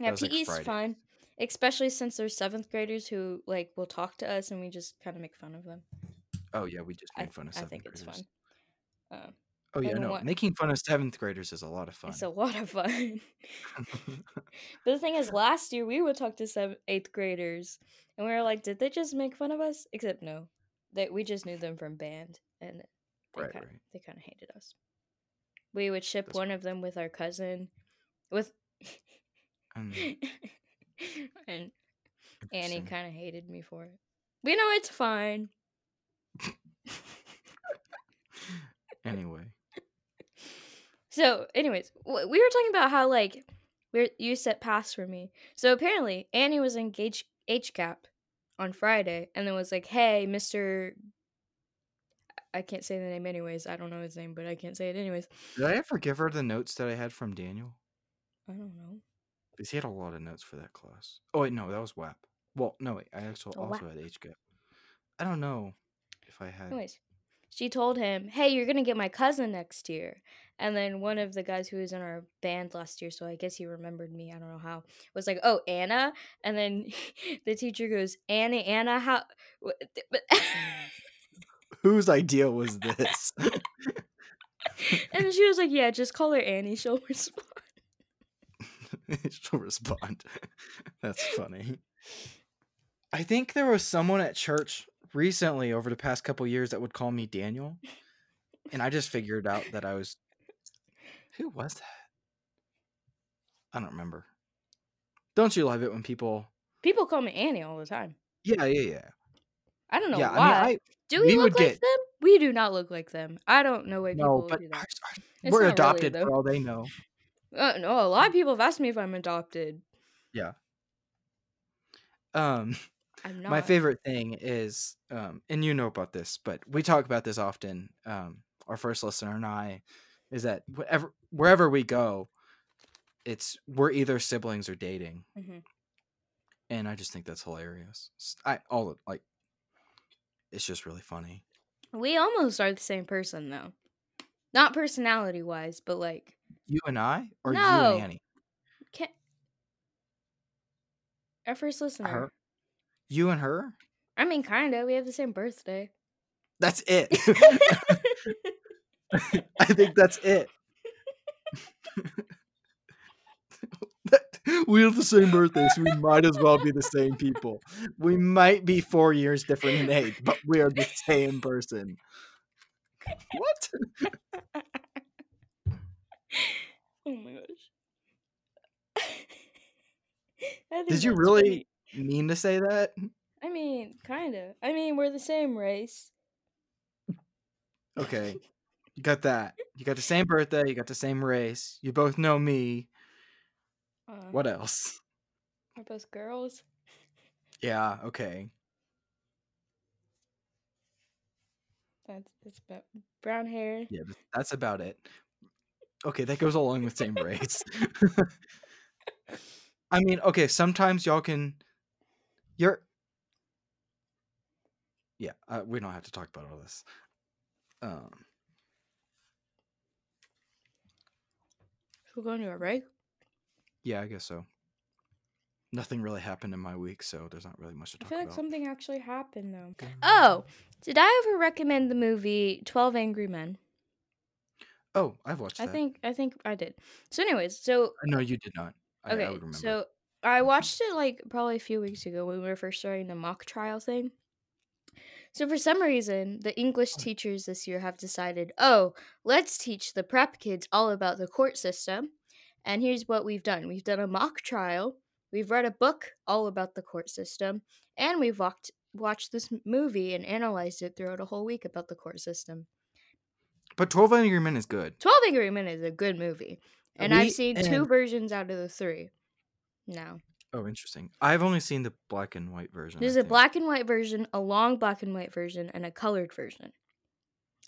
S1: That
S2: yeah,
S1: was, like,
S2: PE's
S1: Friday.
S2: fun, especially since there's seventh graders who like will talk to us and we just kind of make fun of them.
S1: Oh yeah, we just
S2: I,
S1: made fun of
S2: I
S1: seventh
S2: think it's
S1: graders.
S2: fun. Um,
S1: Oh yeah,
S2: And
S1: no,
S2: what-
S1: making fun of seventh graders is a lot of fun. [LAUGHS]
S2: it's a lot of fun. [LAUGHS] But the thing is, last year we would talk to seventh, eighth graders, and we were like, "Did they just make fun of us?" Except no, they we just knew them from band, and they
S1: Right,
S2: kind of
S1: right.
S2: they kind of hated us. We would ship
S1: That's
S2: one of them with our cousin, with
S1: Um, Mm.
S2: [LAUGHS] and Annie
S1: interesting.
S2: kind of hated me for it. We know it's fine.
S1: anyway,
S2: So, anyways, w- we were talking about how like we're, you set pass for me. So apparently, Annie was in H HCAP on Friday, and then was like, "Hey, Mister." I can't say the name anyways. I don't know his name, but I can't say it anyways.
S1: did I ever give her the notes that I had from Daniel?
S2: I don't know.
S1: Because he had a lot of notes for that class. Oh wait, no, that was WAP. Well, no, wait, I actually
S2: Oh,
S1: also had HGAP. I don't know if I had.
S2: Anyways, she told him, "Hey, you're gonna get my cousin next year." And then one of the guys who was in our band last year, so I guess he remembered me. I don't know how. Was like, "Oh, Anna," and then [LAUGHS] the teacher goes, "Anna, Anna, how?" [LAUGHS] what- But
S1: Whose idea was this? [LAUGHS]
S2: and she was like, "Yeah, just call her Annie. She'll respond."
S1: She'll respond. That's funny. I think there was someone at church recently over the past couple years that would call me Daniel. And I just figured out that I was. Who was that? I don't remember. Don't you love it when people.
S2: People call me Annie all the time.
S1: Yeah, yeah, yeah.
S2: I don't know
S1: yeah,
S2: why.
S1: I mean,
S2: do we,
S1: we
S2: look
S1: would
S2: like
S1: get-
S2: them? We do not look like them. I don't know why
S1: I.
S2: people
S1: No, but
S2: do
S1: ours,
S2: that.
S1: ours-
S2: It's not
S1: we're
S2: really,
S1: adopted
S2: though.
S1: for all they know.
S2: Uh, no, a lot of people have asked me if I'm adopted.
S1: Um.
S2: I'm not.
S1: My favorite thing is, um, and you know about this, but we talk about this often. Um, our first listener and I is that whatever wherever we go, it's we're either siblings or dating,
S2: Mhm.
S1: and I just think that's hilarious. S- I all of, like, it's just really funny.
S2: We almost are the same person though. Not personality wise, but like
S1: You and I, or you
S2: No.
S1: and Annie,
S2: can our first listener.
S1: her, you and her.
S2: I mean kinda. We have the
S1: [LAUGHS]
S2: same birthday.
S1: That's it.
S2: [LAUGHS]
S1: [LAUGHS] I think that's it. That- [LAUGHS] we have the same birthday, so we might as well be the same people. We might be four years different in age, but we are the same person. What?
S2: oh my gosh. [LAUGHS] I think
S1: Did you
S2: that's
S1: really-
S2: funny.
S1: Mean to say that?
S2: I mean, kinda. I mean we're the same race.
S1: Okay. You got that. You got the same birthday. You got the same race. You both know me.
S2: Uh,
S1: What else?
S2: We're both girls.
S1: Yeah. Okay.
S2: That's that's about brown hair.
S1: Yeah. th- That's about it. Okay. That goes along with same race. [LAUGHS] I mean, okay, sometimes y'all can. You're. Yeah, uh, we don't have to talk about all this. Um,
S2: We're going to a break.
S1: yeah, I guess so. Nothing really happened in my week, so there's not really much to
S2: I
S1: talk
S2: feel like
S1: about.
S2: something actually happened though.
S1: Something...
S2: Oh, did I ever recommend the movie Twelve Angry Men?
S1: Oh, I've watched
S2: I
S1: that.
S2: think I think I did. So, anyways, so
S1: No, you did not. I, I
S2: okay,
S1: would remember.
S2: so I watched it like probably a few weeks ago when we were first starting the mock trial thing. So for some reason, the English
S1: Oh.
S2: teachers this year have decided, oh, let's teach the prep kids all about the court system. And here's what we've done: we've done a mock trial, we've read a book all about the court system, and we've walked watched this m- movie and analyzed it throughout a whole week about the court system.
S1: But 12 Angry Men is good.
S2: 12 Angry Men is a good movie. And
S1: Uh, We-
S2: I've seen two
S1: and-
S2: versions out of the three. No.
S1: Oh, interesting. I've only seen the black and white version.
S2: There's
S1: I
S2: a
S1: think.
S2: black and white version, a long black and white version, and a colored version.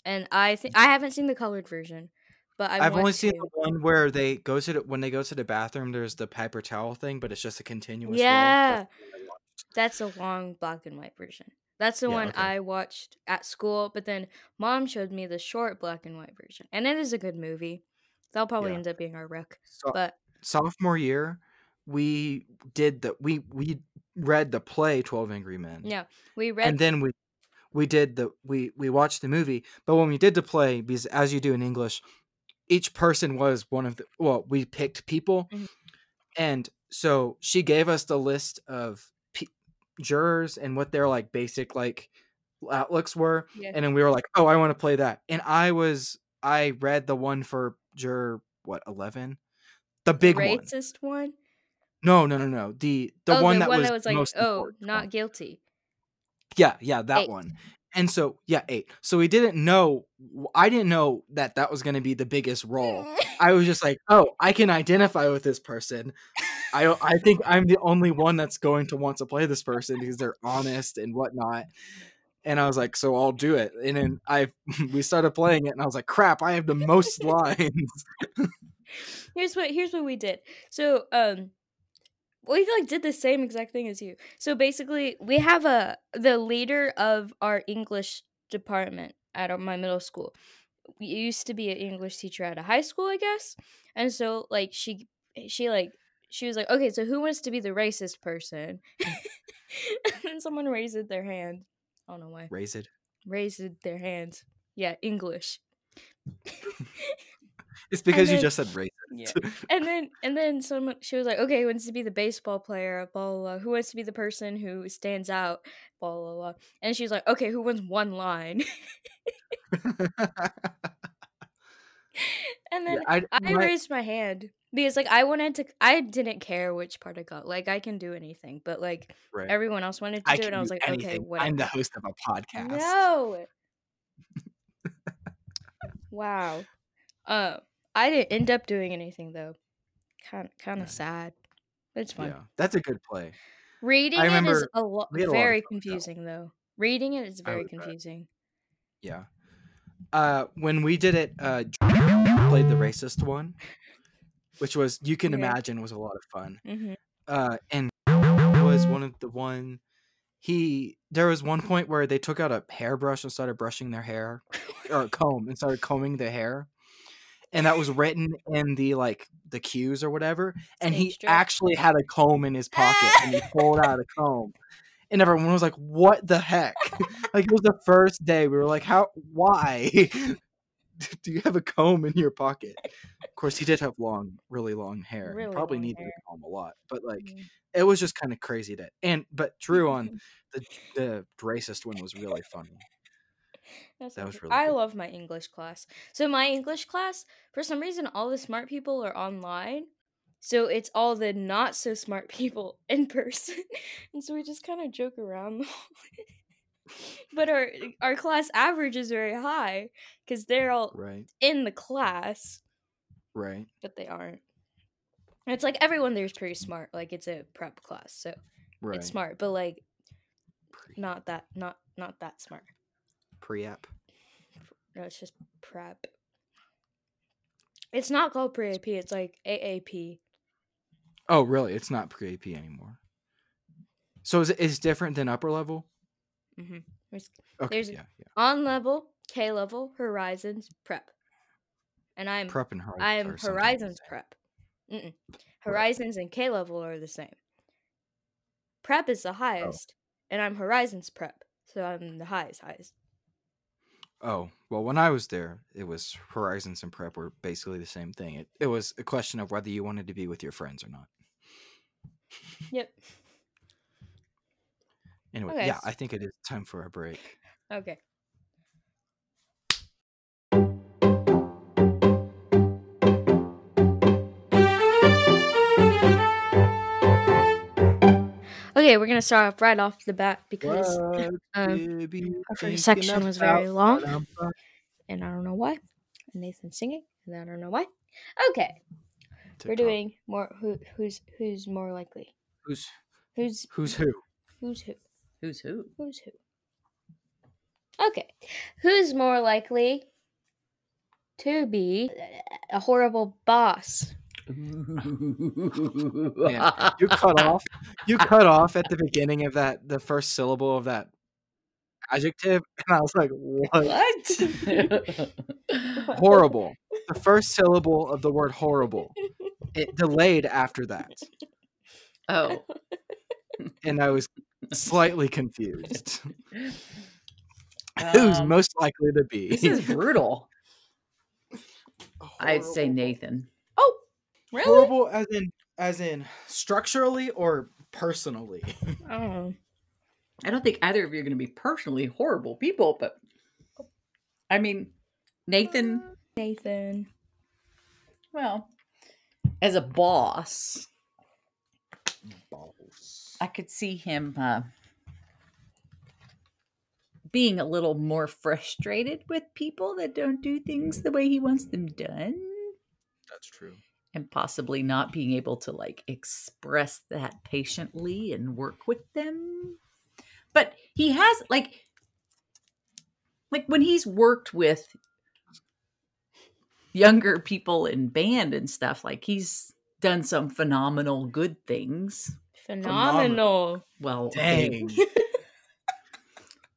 S2: And I think I haven't seen the colored version, but I
S1: I've
S2: want
S1: only seen
S2: to.
S1: the one where they go to the, when they go to the bathroom. There's the paper towel thing, but it's just a continuous. roll.
S2: Yeah.
S1: That's the one I watched.
S2: That's a long black and white version. That's the
S1: Yeah,
S2: one
S1: okay.
S2: I watched at school, but then mom showed me the short black and white version. And it is a good movie. That'll probably
S1: Yeah. Oh,
S2: end up being our rec.
S1: So
S2: But
S1: sophomore year, we did the we we read the play Twelve Angry Men.
S2: yeah, we read
S1: and then we we did the we we watched the movie. But when we did the play, because as you do in English, each person was one of the well, we picked people,
S2: Mhm.
S1: and so she gave us the list of pe- jurors and what their like basic like outlooks were,
S2: yeah.
S1: and then we were like, "Oh, I want to play that." And I was I read the one for juror what eleven, the big one.
S2: racist one.
S1: No, no, no, no. The the
S2: Oh,
S1: one that, was the
S2: like,
S1: most
S2: oh,
S1: important
S2: not
S1: one.
S2: guilty.
S1: yeah, yeah, that
S2: Eight.
S1: one. And so yeah, eight. So we didn't know. I didn't know that that was going to be the biggest role.
S2: [LAUGHS]
S1: I was just like, oh, I can identify with this person. I I think I'm the only one that's going to want to play this person because they're honest and whatnot. And I was like, so I'll do it. And then I [LAUGHS] we started playing it, and I was like, crap, I have the most lines. [LAUGHS]
S2: here's what here's what we did. So, um, we like did the same exact thing as you. So basically, we have a the leader of our English department at our- my middle school. We used to be an English teacher at a high school, I guess. And so like she she like she was like, "Okay, so who wants to be the racist person?" [LAUGHS] and someone raised their hand. I don't know why.
S1: Raise it.
S2: Raised their hand. Yeah, English.
S1: It's because you
S2: then-
S1: just said [LAUGHS] raise
S2: Yeah.
S1: it.
S2: and then and then someone she was like, okay, who wants to be the baseball player? Blah blah. blah. Who wants to be the person who stands out? Blah blah blah. And she was like, okay, who wins one line? [LAUGHS] and then
S1: Yeah, I,
S2: I
S1: my-
S2: raised my hand because like I wanted to. I didn't care which part I got. Like I can do anything, but like
S1: Right.
S2: everyone else wanted to
S1: I
S2: do it.
S1: can
S2: and I was
S1: do
S2: like, okay,
S1: anything.
S2: whatever.
S1: I'm the host of a podcast.
S2: No.
S1: [LAUGHS]
S2: wow. Uh, I didn't end up doing anything though. Kind kind of
S1: Nice.
S2: sad. But it's fun.
S1: Yeah, that's a good play.
S2: Reading it is
S1: remember
S2: a lot
S1: we had a lot of
S2: very
S1: fun with that one.
S2: confusing though. Reading it is
S1: I
S2: very
S1: would bet.
S2: confusing.
S1: Yeah. Uh, when we did it, uh, played the racist one, which was you can
S2: Okay.
S1: imagine was a lot of fun.
S2: hmm
S1: Uh, and was one of the one he there was one point where they took out a hairbrush and started brushing their
S2: [LAUGHS]
S1: hair or a comb and started combing their hair. And that was written in the like the cues or whatever. And he
S2: Extra.
S1: actually had a comb in his pocket and he pulled out a comb. And everyone was like, What the heck? [LAUGHS] like it was the first day. We were like, How why? [LAUGHS] Do you have a comb in your pocket? Of course he did have long, really long hair.
S2: Really
S1: he probably
S2: long
S1: needed
S2: hair.
S1: a comb a lot. But like
S2: mm-hmm.
S1: it was just kind of crazy that and but Drew
S2: [LAUGHS]
S1: on the the racist one was really funny. that was really
S2: I
S1: good.
S2: love my English class. So my English class, for some reason, all the smart people are online. So it's all the not so smart [LAUGHS] people in person, and so we just kind of joke around. the whole [LAUGHS] but our our class average is very high because they're all
S1: Right.
S2: in the class,
S1: Right.
S2: but they aren't. It's like everyone there's pretty smart. Like it's a prep class, so
S1: Right.
S2: it's smart, but like
S1: Pre-
S2: not that not not that smart.
S1: pre-app.
S2: No, it's just prep. It's not called pre AP, it's like AAP.
S1: Oh, really? It's not pre-AP anymore. So is it is different than upper level? Mm-hmm.
S2: Mhm. There's-
S1: Okay.
S2: There's-
S1: yeah. Yeah.
S2: On level, K level, horizons, prep. And I'm
S1: Prep and horizons.
S2: I'm
S1: are sometimes the
S2: horizons
S1: same.
S2: prep. Mm-mm. Horizons and K level are the same. Prep
S1: Oh.
S2: is the highest, and I'm horizons prep, so I'm the highest highest.
S1: Oh well, when I was there, it was horizons and prep were basically the same thing. It it was a question of whether you wanted to be with your friends or not.
S2: Yep.
S1: Anyway,
S2: Okay,
S1: yeah,
S2: s-
S1: I think it is time for a break.
S2: Okay. Okay, we're gonna start off right off the bat because um, our first section was very long, and I don't know why. And Nathan's singing, and I don't know why. Okay, we're doing more. Who, who's who's more likely?
S1: who's
S2: Who's
S1: who's who?
S2: who's who?
S3: Who's [LAUGHS] who?
S2: Who's who? Okay. Who's more likely to be a horrible boss?
S3: yeah.
S2: [LAUGHS]
S1: You cut off. You cut off at the beginning of that the first syllable of that adjective, [LAUGHS] and I was like, what? horrible. The first syllable of the word horrible. It delayed after that.
S3: [LAUGHS] oh.
S1: And I was slightly confused. [LAUGHS] Who's
S3: Um,
S1: most likely to be?
S3: [LAUGHS]
S1: [LAUGHS]
S3: This is brutal. I'd say
S1: Horrible.
S3: Nathan.
S2: Oh, really?
S1: Horrible as in as in structurally or
S3: [LAUGHS]
S1: personally.
S2: Oh,
S3: I don't think either of you are going to be personally horrible people, but I mean, Nathan,
S1: Uh.
S2: Nathan.
S3: well, as a boss,
S1: Balls.
S3: I could see him uh, being a little more frustrated with people that don't do things the way he wants them done.
S1: That's true.
S3: and possibly not being able to like express that patiently and work with them but he has like like when he's worked with younger people in band and stuff like he's done some phenomenal good things
S2: Phenomenal.
S3: well okay,
S1: Dang.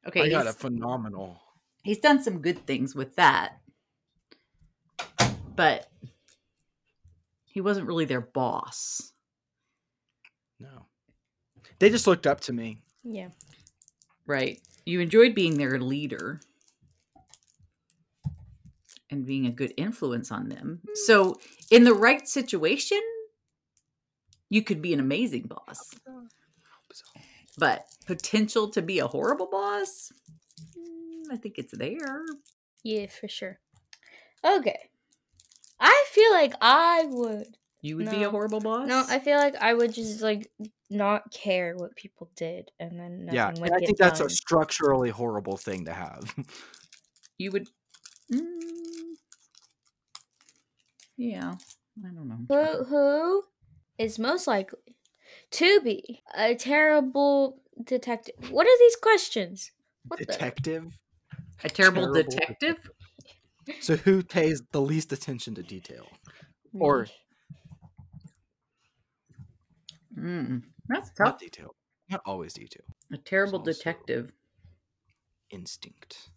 S3: okay
S1: I got a
S3: he's-
S1: phenomenal.
S3: he's done some good things with that but he wasn't really their boss
S1: No. They just looked up to me.
S2: Yeah.
S3: right you enjoyed being their leader and being a good influence on them so in the right situation you could be an amazing boss
S2: Oh.
S3: but potential to be a horrible boss mm, i think it's there
S2: Yeah, for sure. Okay. I feel like I would.
S3: you would be
S2: No.
S3: a horrible boss
S2: No, I feel like I would just like not care what people did, and then nothing
S1: yeah.
S2: would
S1: And I
S2: get
S1: think that's
S2: done.
S1: a structurally horrible thing to have. [LAUGHS]
S3: you would mm, yeah i don't know
S2: who who is most likely to be a terrible detective. What are these questions? What
S1: Detective.
S3: a terrible,
S1: Terrible
S3: detective
S1: So who pays the least attention to detail?
S2: the
S1: Or
S3: mm, that's
S1: not
S3: tough
S1: detail. Not always detail.
S3: a terrible
S1: also-
S3: detective
S1: Instinct.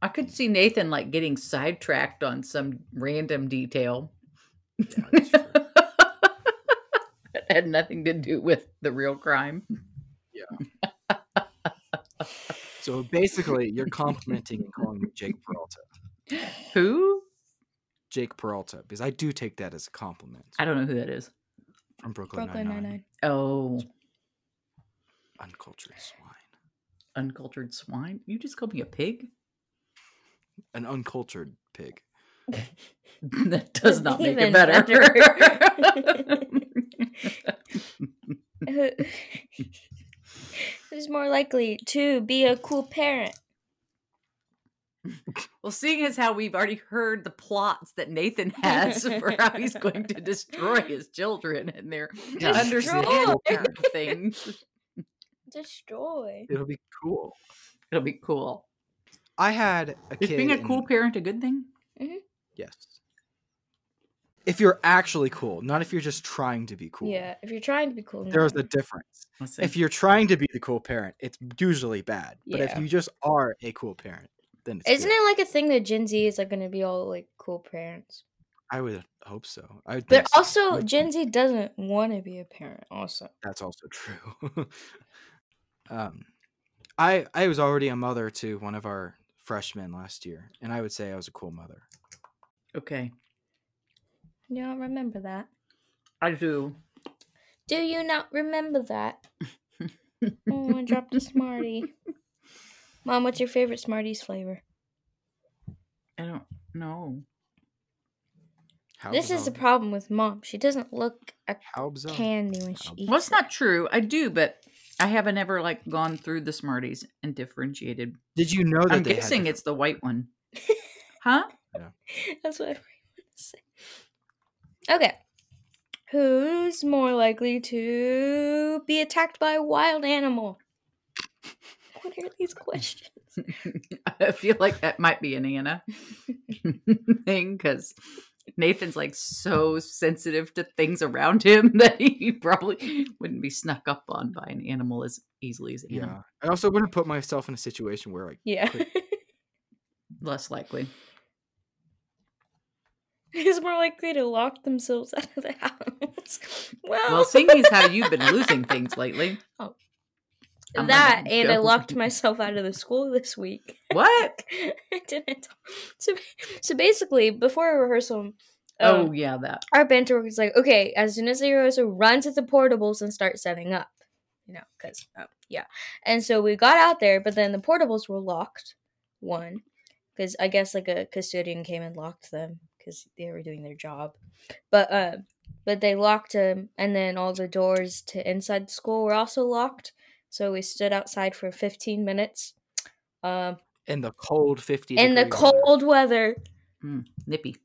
S3: i could see nathan like getting sidetracked on some random detail
S1: Yeah, that's true.
S2: [LAUGHS]
S3: that had nothing to do with the real crime
S1: so basically you're complimenting and calling me Jake Peralta.
S3: who
S1: Jake Peralta, because I do take that as a compliment
S3: i don't know who that is
S1: from Brooklyn,
S2: Brooklyn Nine Nine.
S3: oh
S1: Uncultured swine.
S3: uncultured swine you just called me a pig [LAUGHS]
S1: An uncultured pig.
S3: that
S2: That's
S3: does not make
S2: even
S3: it better,
S2: Who- Who's more likely to be a cool parent?
S3: [LAUGHS] well seeing as how we've already heard the plots that nathan [LAUGHS] has for how he's going to destroy his children and their
S1: Yeah, this is
S2: Destroy.
S3: understandable kind of things
S2: Destroy.
S1: It'll be cool.
S3: it'll be cool
S1: I had a
S3: is
S1: kid
S3: being a
S1: in-
S3: cool parent a good thing
S1: Yes. If you're actually cool, not if you're just trying to be cool.
S2: Yeah, if you're trying to be cool,
S1: There's
S2: no.
S1: a difference.
S3: Let's see.
S1: If you're trying to be the cool parent, it's usually bad. But if
S2: Yeah.
S1: you just are a cool parent, then it's
S2: Isn't
S1: good.
S2: it like a thing that Gen Z is like going to be all like cool parents?
S1: I would hope so. I would
S2: But
S1: think so.
S2: also,
S1: Would-
S2: Gen Z doesn't want to be a parent. Also,
S1: that's also true. [LAUGHS] um, I I was already a mother to one of our freshmen last year, and I would say I was a cool mother.
S3: okay
S2: you don't remember that.
S3: i do
S2: Do you not remember
S3: [LAUGHS]
S2: that? oh, I dropped a Smartie. Mom, what's your favorite Smarties flavor?
S3: i don't know
S1: How
S2: this is the problem with mom. She doesn't look at
S1: How bizarre.
S2: candy when she
S1: Well,
S2: eats.
S3: well it's
S2: it.
S3: not true i do but i haven't ever like gone through the smarties and differentiated
S1: Did you know that
S3: i'm
S1: they had
S3: guessing
S1: different-
S3: it's the
S1: [LAUGHS]
S3: white one huh [LAUGHS]
S2: [LAUGHS] That's what everyone said. Okay. Who's more likely to be attacked by a wild
S3: [LAUGHS]
S2: animal? What are these questions?
S3: I feel like that might be an Anna [LAUGHS] thing because Nathan's like so sensitive to things around him [LAUGHS] that he probably wouldn't be snuck up on by an animal as easily as Anna.
S1: Yeah, I also wouldn't put myself in a situation where like
S2: Yeah. [LAUGHS]
S3: Less likely.
S2: Who's more likely to lock themselves out of the house? [LAUGHS] Well,
S3: Well, seeing as how you've been losing things lately, I'm
S2: Oh. that
S3: gonna
S2: and I
S3: go.
S2: locked myself out of the school this week. [LAUGHS]
S3: what?
S2: I didn't. So, so basically, before rehearsal, um,
S3: Oh yeah, that.
S2: our banter was like, okay, as soon as they rehearsal, run to the portables and start setting up. You know, because, uh, yeah. And so we got out there, but then the portables were locked, one, because I guess like a custodian came and locked them because they were doing their job. But, uh, but they locked them, and then all the doors to inside the school were also locked. So we stood outside for 15 minutes um,
S1: in the cold fifty.
S2: in the
S1: degree weather.
S2: cold weather
S3: Nippy.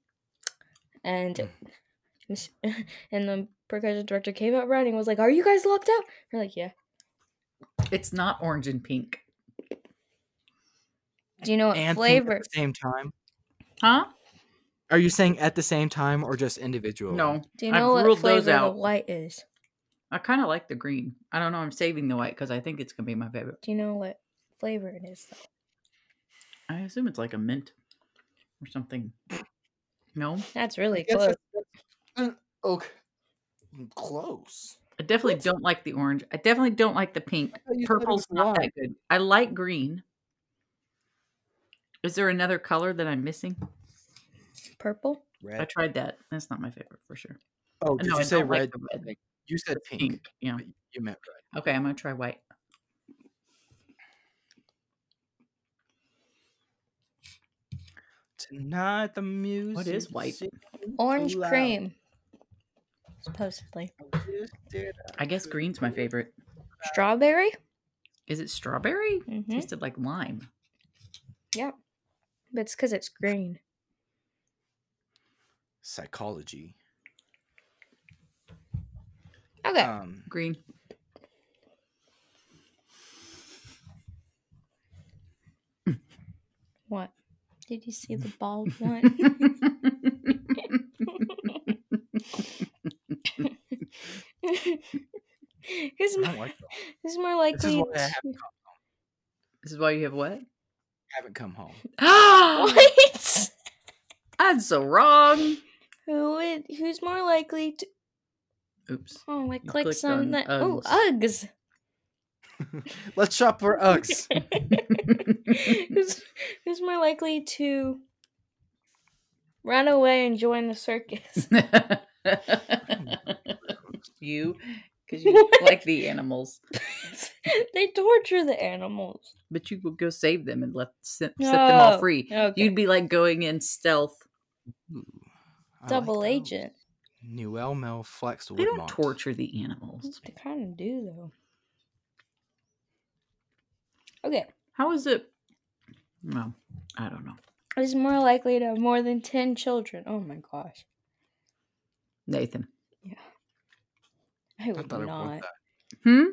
S2: and
S1: Mm.
S2: Miss- [LAUGHS] and the percussion director came out running was like are you guys locked out we're like yeah
S3: It's not orange and pink,
S2: do you know what
S1: and think
S2: flavor
S1: at the same time.
S3: huh?
S1: Are you saying at the same time or just individually?
S3: No,
S2: do you
S3: I've
S2: know what
S3: ruled those
S2: flavor the
S3: out.
S2: white is
S3: I kind of like the green. I don't know. I'm saving the white because I think it's gonna be my favorite.
S2: do you know what flavor it is, though.
S3: I assume it's like a mint or something. No,
S2: That's really
S1: guess
S2: close.
S3: [CLEARS THROAT]
S1: it's-
S3: Oh,
S1: Okay.
S3: Mm,
S1: Close.
S3: I definitely
S1: What?
S3: don't like the orange. I definitely don't like the pink.
S1: I thought you said it
S3: Purple's
S1: was
S3: not
S1: lime.
S3: that good. I like green. Is there another color that I'm missing?
S2: Purple?
S3: I
S1: Red.
S3: tried that. That's not my favorite for sure.
S1: Oh, did
S3: No,
S1: you
S3: I
S1: say
S3: don't like
S1: red?
S3: the red.
S1: I think You said
S3: It's
S1: pink.
S3: Yeah.
S1: but You meant red.
S3: Okay, I'm gonna try white.
S1: Tonight the music.
S3: is white?
S1: sings
S2: Orange
S1: loud.
S2: cream. Supposedly.
S1: I wish that
S3: I guess green's my favorite.
S2: Strawberry?
S3: Is it strawberry?
S2: Mm-hmm.
S3: Tasted like lime.
S2: Yep. But it's because it's green.
S1: Psychology.
S2: Okay.
S3: [LAUGHS]
S1: Um,
S2: [LAUGHS]
S3: Green.
S2: what? Did you see the bald
S1: [LAUGHS]
S2: one? [LAUGHS]
S3: I
S2: who's,
S1: I
S2: more,
S1: don't like that.
S2: who's more
S1: This is
S2: likely
S1: why I
S2: [LAUGHS] to...
S1: haven't,
S3: This is why you have what?
S1: haven't come home.
S3: [GASPS] Ah,
S2: What?
S3: I'm so wrong.
S2: Who would, who's more likely to
S3: Oops.
S2: [LAUGHS] Oh, I
S3: You
S2: clicked
S3: clicked
S2: some
S3: on
S2: that Oh, Uggs.
S1: Let's shop for Uggs.
S3: [LAUGHS]
S2: who's who's more likely to run away and join the circus?
S3: [LAUGHS]
S2: [LAUGHS]
S3: you, because you like the animals,
S2: they torture the animals.
S3: but you would go save them and let set, set them all
S2: Oh,
S3: free.
S2: Okay.
S3: You'd be like going in stealth.
S1: Ooh, I like
S2: Double
S1: those.
S2: agent.
S1: Newell Mel Flex
S3: They don't
S1: Woodmont.
S3: torture the animals.
S2: They kind of do though. Okay.
S3: How is it? Well, I don't know.
S2: Is more likely to have more than ten children. Oh my gosh.
S3: Nathan.
S2: I
S1: Not
S2: would
S1: that I
S2: not.
S1: want that.
S3: Hmm?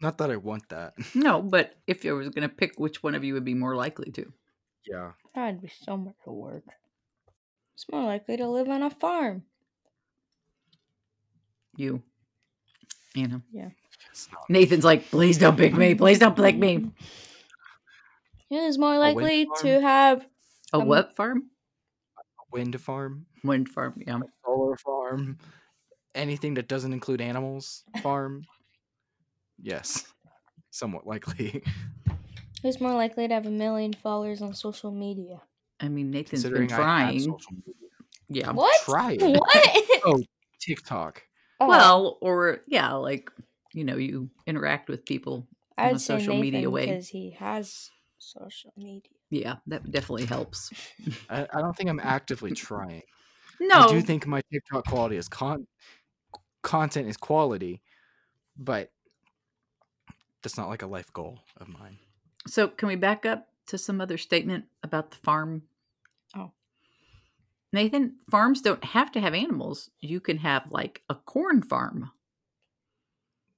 S1: Not that I want that. [LAUGHS]
S3: No, but if you was going to pick which one of you would be more likely to.
S1: Yeah.
S2: That'd be so much work. It's more likely to live on a farm.
S3: You. Anna.
S1: It's not.
S3: Nathan's like, please don't pick me. Please don't pick me.
S2: Who's Mm-hmm. more
S1: wind
S2: likely to
S1: farm?
S2: have
S3: A
S2: Um,
S3: what farm?
S1: Wind farm,
S3: Wind farm. Yeah.
S1: solar farm, anything that doesn't include animals farm. yes. Somewhat likely. [LAUGHS]
S2: Who's more likely to have a million followers on social media?
S3: I mean, Nathan's been
S1: Considering I have
S3: trying.
S1: social media.
S3: Yeah.
S2: What?
S1: Try it.
S2: [LAUGHS]
S3: [LAUGHS]
S2: What?
S1: Oh, TikTok.
S2: Oh,
S3: Well, or yeah, like, you know, you interact with people.
S2: I'd
S3: on social media way.
S2: because he has social media.
S3: Yeah, that definitely helps.
S1: I, I don't think I'm actively trying.
S3: No.
S1: I do think my TikTok quality is con content is quality, but that's not like a life goal of mine.
S3: so can we back up to some other statement about the farm?
S2: Oh.
S3: Nathan, farms don't have to have animals. You can have like a corn farm.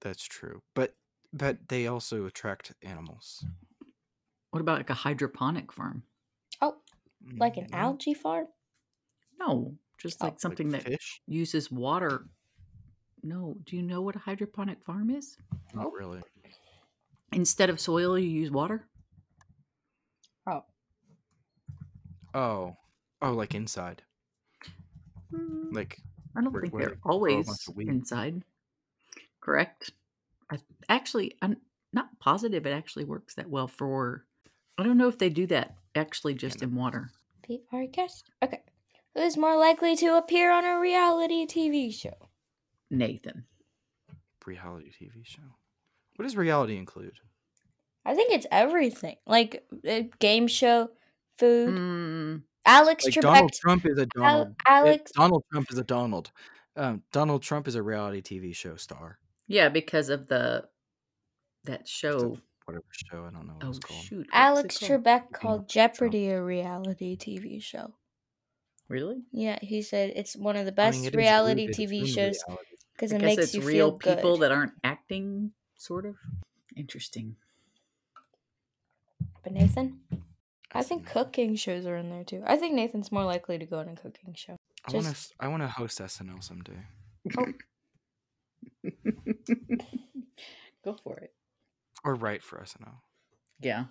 S1: That's true. But but they also attract animals.
S3: What about like a hydroponic farm?
S2: Like an
S3: Mm-hmm.
S1: Mm,
S2: algae farm?
S3: No, just
S2: Oh.
S3: like something that
S1: fish?
S3: uses water. No, do you know what a hydroponic farm is?
S2: Oh.
S1: Not really.
S3: Instead of soil, you use water.
S1: Oh. Oh, like inside.
S3: Mm,
S1: Like
S3: I don't
S1: where-
S3: think
S1: where
S3: they're
S1: they grow a
S3: always
S1: bunch of weeds.
S3: inside. Correct. I, actually, I'm not positive it actually works that well for. I don't know if they do that actually just
S1: no.
S3: in water.
S2: Be our guest. Okay. Who's more likely to appear on a reality TV show?
S3: Nathan.
S1: reality TV show. What does reality include?
S2: I think it's everything. Like a game show, food.
S3: Mm,
S2: Alex
S1: Like
S2: Trebek.
S1: Donald Trump is a
S2: Al-
S1: Donald. it-
S2: Alex.
S1: Donald Trump is a Donald. Um, Donald Trump is a reality TV show star.
S3: yeah, because of the that
S1: Oh.
S3: show.
S1: Whatever show, I don't know what
S3: Oh
S1: it's called.
S3: shoot, what's it
S2: Alex
S3: called?
S2: Trebek called Jeopardy a reality TV show.
S3: Really?
S2: Yeah, he said it's one of the
S1: I
S2: best
S1: mean, it is
S2: reality
S1: rooted
S2: TV
S1: in
S2: shows
S1: reality.
S2: because
S3: I
S2: it
S3: guess
S2: makes
S3: it's
S2: you
S3: real
S2: feel good.
S3: people that aren't acting, sort of. Interesting.
S2: But Nathan, I think
S1: SNL.
S2: cooking shows are in there too. I think Nathan's more likely to go on a cooking show.
S1: I want to.
S2: just-
S1: I want to host SNL someday.
S3: Go for it.
S1: or write for SNL.
S3: Yeah.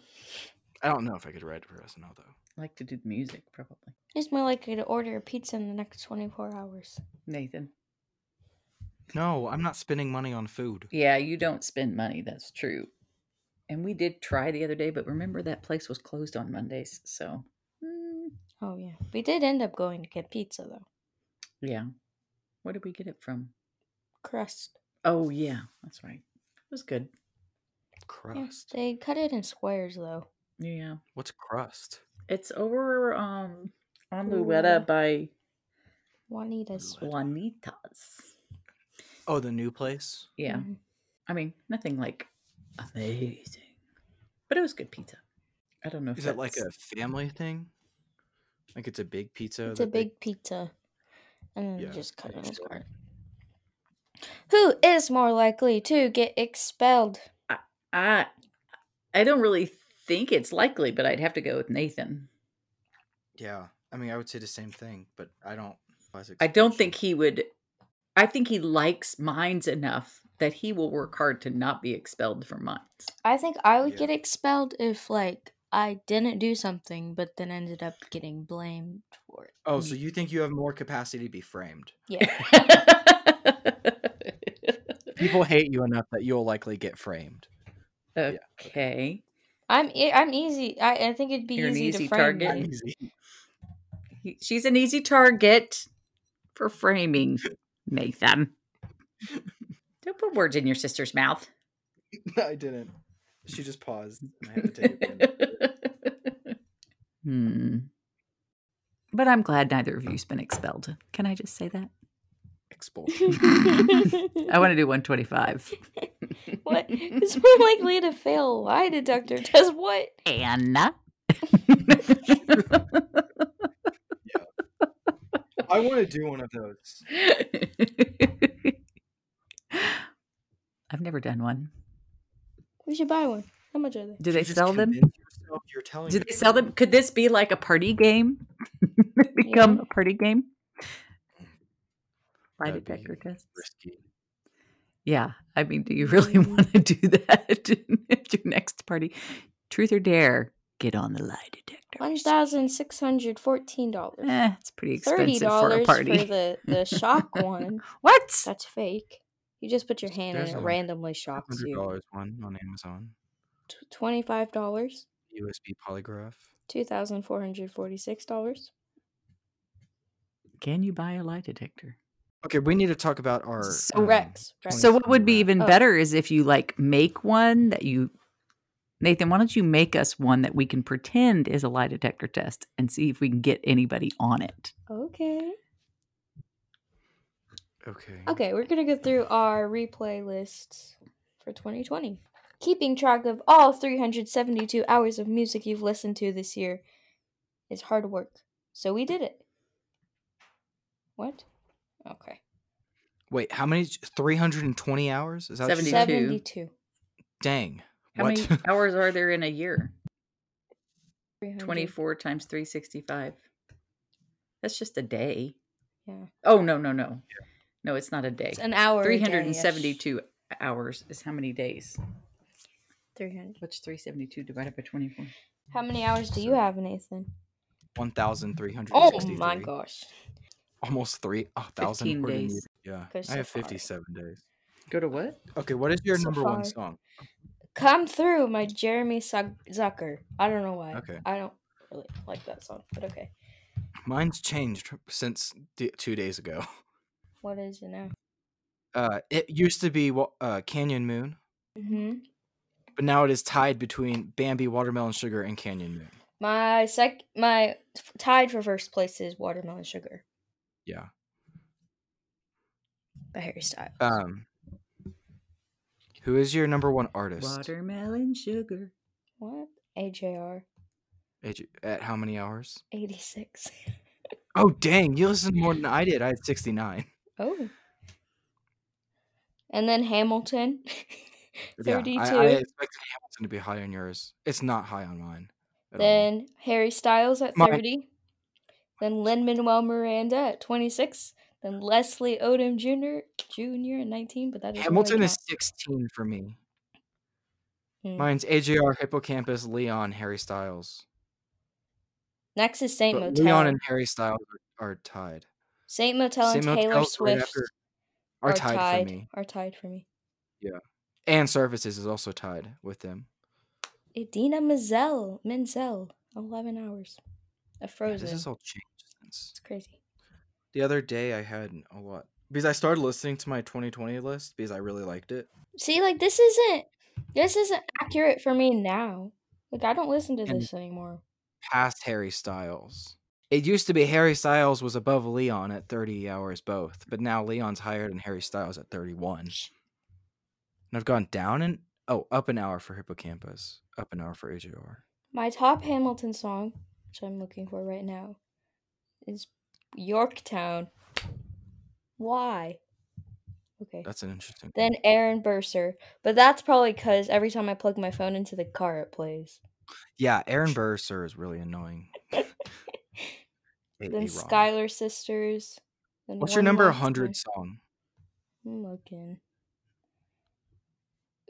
S1: I don't know if I could write for SNL though.
S3: I like to do the music, probably.
S2: He's more likely to order a pizza in the next 24 hours.
S3: Nathan.
S1: No, I'm not spending money on food.
S3: Yeah, you don't spend money. That's true. And we did try the other day, but remember that place was closed on Mondays. So, mm,
S2: Oh, yeah. We did end up going to get pizza, though.
S3: yeah. Where did we get it from?
S2: Crust.
S3: Oh, yeah. That's right. It was good.
S2: Yeah,
S1: Crust.
S2: they cut it in squares, though.
S3: Yeah.
S1: What's crust?
S3: It's over um on Luetta
S2: Luetta.
S3: by
S2: Juanita's.
S1: Luetta.
S3: Juanitas.
S1: Oh, the new place.
S3: Yeah.
S2: Mhm.
S3: I mean, nothing like amazing, but it was good pizza. I don't know if
S1: Is it like
S3: that's-
S1: a family thing? Like it's a big pizza.
S2: It's a
S1: that they-
S2: big pizza. And then
S1: Yeah,
S2: just cut it in
S1: it's-
S2: squares. Who is more likely to get expelled?
S3: I I don't really think it's likely, but I'd have to go with Nathan.
S1: Yeah, I mean, I would say the same thing, but I don't. classic
S3: I don't
S1: solution.
S3: think he would. I think he likes mines enough that he will work hard to not be expelled from mines.
S2: I think I would
S1: Yeah.
S2: get expelled if, like, I didn't do something, but then ended up getting blamed for it.
S1: Oh, so you think you have more capacity to be framed?
S3: [LAUGHS]
S2: Yeah. [LAUGHS]
S1: People hate you enough that you'll likely get framed.
S3: okay,
S2: I'm e- I'm easy. I, I think it'd be
S3: You're an
S2: easy,
S3: easy
S2: to frame
S3: target.
S2: me.
S1: Easy.
S3: He- she's an easy target for framing Nathan. don't put words in your sister's mouth.
S1: No, [LAUGHS] I didn't. She just paused. and I had to take
S2: [LAUGHS]
S1: it.
S3: hmm. But I'm glad neither of you's been expelled. Can I just say that?
S1: Expulsion.
S3: [LAUGHS]
S2: [LAUGHS]
S3: I want to
S1: [LAUGHS]
S3: do 125. [LAUGHS]
S2: what? Who's more likely to fail? Why deductor does what?
S3: Anna.
S1: I want to do one of those.
S3: I've never done one.
S2: We should buy one. How much are they?
S3: Do they
S1: You just
S3: sell them?
S1: convince yourself You're telling
S3: Do
S1: me
S3: they sell them? Could this be like a party game? [LAUGHS] Become
S2: Yeah.
S3: a party game? Lie
S1: That'd be
S3: detector test.
S1: risky.
S3: Yeah. I mean, do you really [LAUGHS] want to do that [LAUGHS] at your next party? Truth or dare? Get on the lie detector.
S2: One thousand six hundred fourteen dollars.
S3: Eh, it's pretty
S2: Thirty
S3: expensive for a
S2: dollars for
S3: party.
S2: the the shock one.
S3: [LAUGHS] What?
S2: That's fake. You just put your hand in
S1: There's
S2: and it
S1: a
S2: randomly shocks
S1: Hundred
S2: you.
S1: dollars one on Amazon.
S2: Twenty five dollars.
S1: USB polygraph.
S2: Two thousand four hundred forty six dollars.
S3: Can you buy a lie detector?
S1: Okay, we need to talk about our
S3: So
S1: um,
S2: Rex. Rex.
S1: Twenty
S3: So what would be
S1: somewhere.
S3: even
S2: Oh.
S3: better is if you like make one that you Nathan, why don't you make us one that we can pretend is a lie detector test and see if we can get anybody on it?
S2: Okay.
S1: Okay.
S2: Okay, we're gonna go through our replay lists for 2020. Keeping track of all 372 hours of music you've listened to this year is hard work. So we did it. What? Okay.
S1: Wait, how many? Three hundred and twenty hours? Is that what you said?
S3: 72.
S2: 72.
S1: Dang. what? [LAUGHS]
S3: hours are there in a year?
S2: 300.
S3: times 365. That's just a day.
S2: Yeah.
S3: Oh no, no, no. No, it's not a day.
S2: It's an hour. a day-ish.
S3: 372 hours is how many days?
S2: 300.
S3: What's 372 divided by 24?
S2: How many hours do you
S1: So-
S2: have, Nathan?
S1: One thousand three hundred.
S2: Oh my gosh.
S1: Almost three oh, thousand
S3: 15
S1: word in
S3: days.
S1: music. Yeah,
S2: Goes
S1: I have
S2: so far.
S1: fifty-seven days.
S3: Go to what?
S1: Okay, what is your
S2: So
S1: number
S2: far.
S1: one song?
S2: Come Through by Jeremy Zuck- Zucker. I don't know why.
S1: Okay.
S2: I don't really like that song, but okay.
S1: Mine's changed since d- two days ago. [LAUGHS]
S2: What is it now?
S1: Uh, it used to be wa- uh, Canyon Moon,
S2: hmm
S1: but now it is tied between Bambi, Watermelon Sugar, and Canyon Moon.
S2: My sec, my f- tied for first place is Watermelon Sugar
S1: Yeah.
S2: by Harry Styles.
S1: Um, who is your number one artist?
S3: Watermelon sugar.
S2: what? AJR
S1: Age- At how many hours?
S2: eighty six.
S1: Oh dang! You listened more than I did. I had sixty-nine. [LAUGHS]
S2: Oh. And then Hamilton. [LAUGHS] Thirty
S1: Yeah, I, I
S2: two.
S1: expected Hamilton to be high on yours. It's not high on mine. at all.
S2: Then Harry Styles at
S1: Mine.
S2: thirty. Then Lin Manuel Miranda at twenty six. Then Leslie Odom Jr. Jr. at nineteen, but that doesn't really
S1: Hamilton is
S2: count.
S1: sixteen for me.
S2: Hmm.
S1: Mine's AJR Hippocampus Leon Harry Styles.
S2: Next is Saint
S1: But
S2: Motel.
S1: Leon and Harry Styles are, are tied.
S2: Saint Motel and
S1: Saint
S2: Taylor
S1: Motel's right
S2: Swift
S1: after- are tied, for me.
S2: Are tied for me.
S1: And Services is also tied with them.
S2: Idina Menzel. Menzel. Eleven hours. A
S1: Yeah,
S2: Frozen.
S1: this has all changed since
S2: It's crazy.
S1: the other day. I had a lot because I started listening to my 2020 list because I really liked it.
S2: See, like this isn't this isn't accurate for me now. Like I don't listen to
S1: And-
S2: this anymore.
S1: Past Harry Styles. It used to be Harry Styles was above Leon at 30 hours both, but now Leon's higher than Harry Styles at 31. And I've gone down and oh, up an hour for Hippocampus, up an hour for AJR.
S2: My top Hamilton song, which I'm looking for right now, is Yorktown. Why? Okay.
S1: That's an interesting.
S2: Eh, Then Aaron Burser. But that's probably because every time I plug my phone into the car, it plays.
S1: Yeah, Aaron Burr, sir, is really
S2: [LAUGHS]
S1: annoying. [LAUGHS]
S2: Then
S1: A-A-Ron.
S2: Skylar Sisters. then
S1: What's your
S2: One
S1: number
S2: Last
S1: 100
S2: Time.
S1: song?
S2: I'm looking.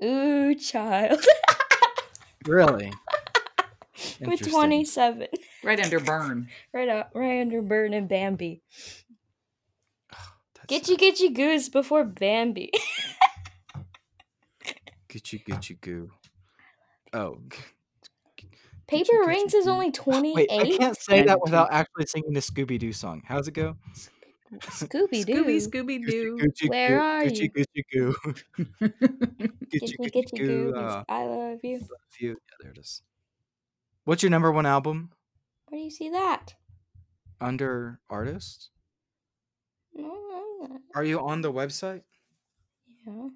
S2: Ooh, child. [LAUGHS]
S1: Really?
S2: With
S1: Interesting.
S2: 27.
S3: Right under burn.
S2: Right out, right under Burn and Bambi.
S1: That's
S2: Get
S1: not-
S2: you, get you goose before Bambi.
S1: Get you, get you, goo. Oh, g-
S2: Paper
S1: Gitchy
S2: Rings is
S1: Goo.
S2: only
S1: Oh, wait! I
S2: 28.
S1: can't say that
S3: And-
S1: without actually singing the Scooby Doo song. How's it go?
S2: Scooby
S3: Scooby,
S2: Doo.
S3: Scooby
S1: [LAUGHS] Gucci,
S3: Doo.
S1: Gucci,
S2: Where
S1: goo,
S2: are
S1: Gucci,
S2: you?
S1: Gucci, goo. [LAUGHS]
S2: Get
S1: Gucci,
S2: you,
S1: Gucci,
S2: get you
S1: goo.
S2: goose.
S1: uh,
S2: I love you.
S1: love you. Yeah, there it is. What's your number one album
S2: Where do you see that?
S1: under artist?
S2: No, no, no.
S1: Are you on the website?
S2: Yeah.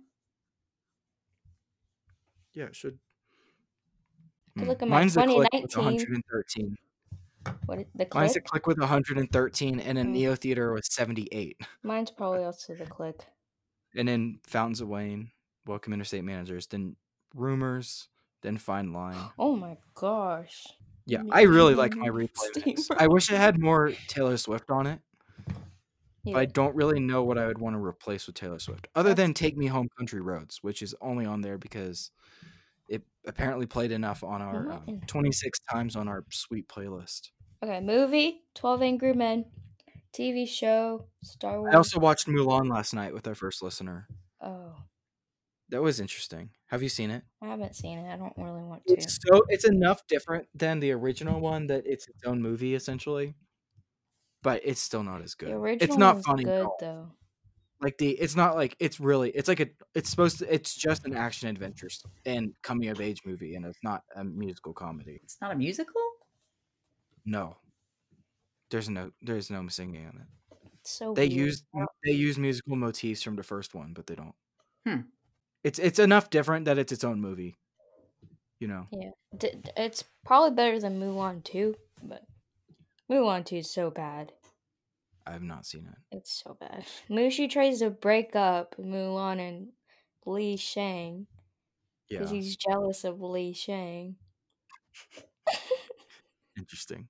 S1: Yeah, it should.
S2: I
S1: Hmm.
S2: look at my
S1: Mine's the click with
S2: 2019.
S1: 113.
S2: What is, the click?
S1: Mine's the click with 113, and then
S2: Oh.
S1: Neo Theater with 78.
S2: Mine's probably also the click.
S1: and then Fountains of Wayne, Welcome Interstate Managers, then Rumors, then Fine
S2: [GASPS]
S1: Line.
S2: Oh my gosh.
S1: Yeah,
S2: Me-
S1: I really like my
S2: Rumors,
S1: replay. mix.
S2: Steamer.
S1: I wish it had more Taylor Swift on it, but I
S2: Yeah.
S1: don't really know what I would want to replace with Taylor Swift, other
S2: That's-
S1: than Take Me Home Country Roads, which is only on there because it apparently played enough on our
S2: What
S1: um,
S2: in-
S1: 26 times on our sweet playlist.
S2: Okay, movie 12 Angry Men, TV show, Star Wars.
S1: I also watched Mulan last night with our first listener.
S2: oh,
S1: That was interesting. Have you seen it?
S2: I haven't seen it. I don't really want to.
S1: It's so it's enough different than the original one that it's its own movie essentially, but it's still not as good.
S2: The original
S1: it's not
S2: one's
S1: funny at
S2: good
S1: all.
S2: though.
S1: Like the it's not like it's really it's like a it's supposed to it's just an action adventure s- and coming of age movie and it's not a musical comedy.
S3: [LAUGHS] It's not a musical?
S1: No, there's no there's no singing in it.
S2: It's so
S1: They
S2: weird.
S1: use they use musical motifs from the first one, but they don't.
S3: Hmm.
S1: It's it's enough different that it's its own movie. You know.
S2: D- d- it's probably better than Mulan 2, but Mulan 2 is so bad.
S1: I've not seen it.
S2: It's so bad. Mushu tries to break up Mulan and Li Shang
S1: Yeah.
S2: because he's jealous of Li Shang.
S1: Interesting.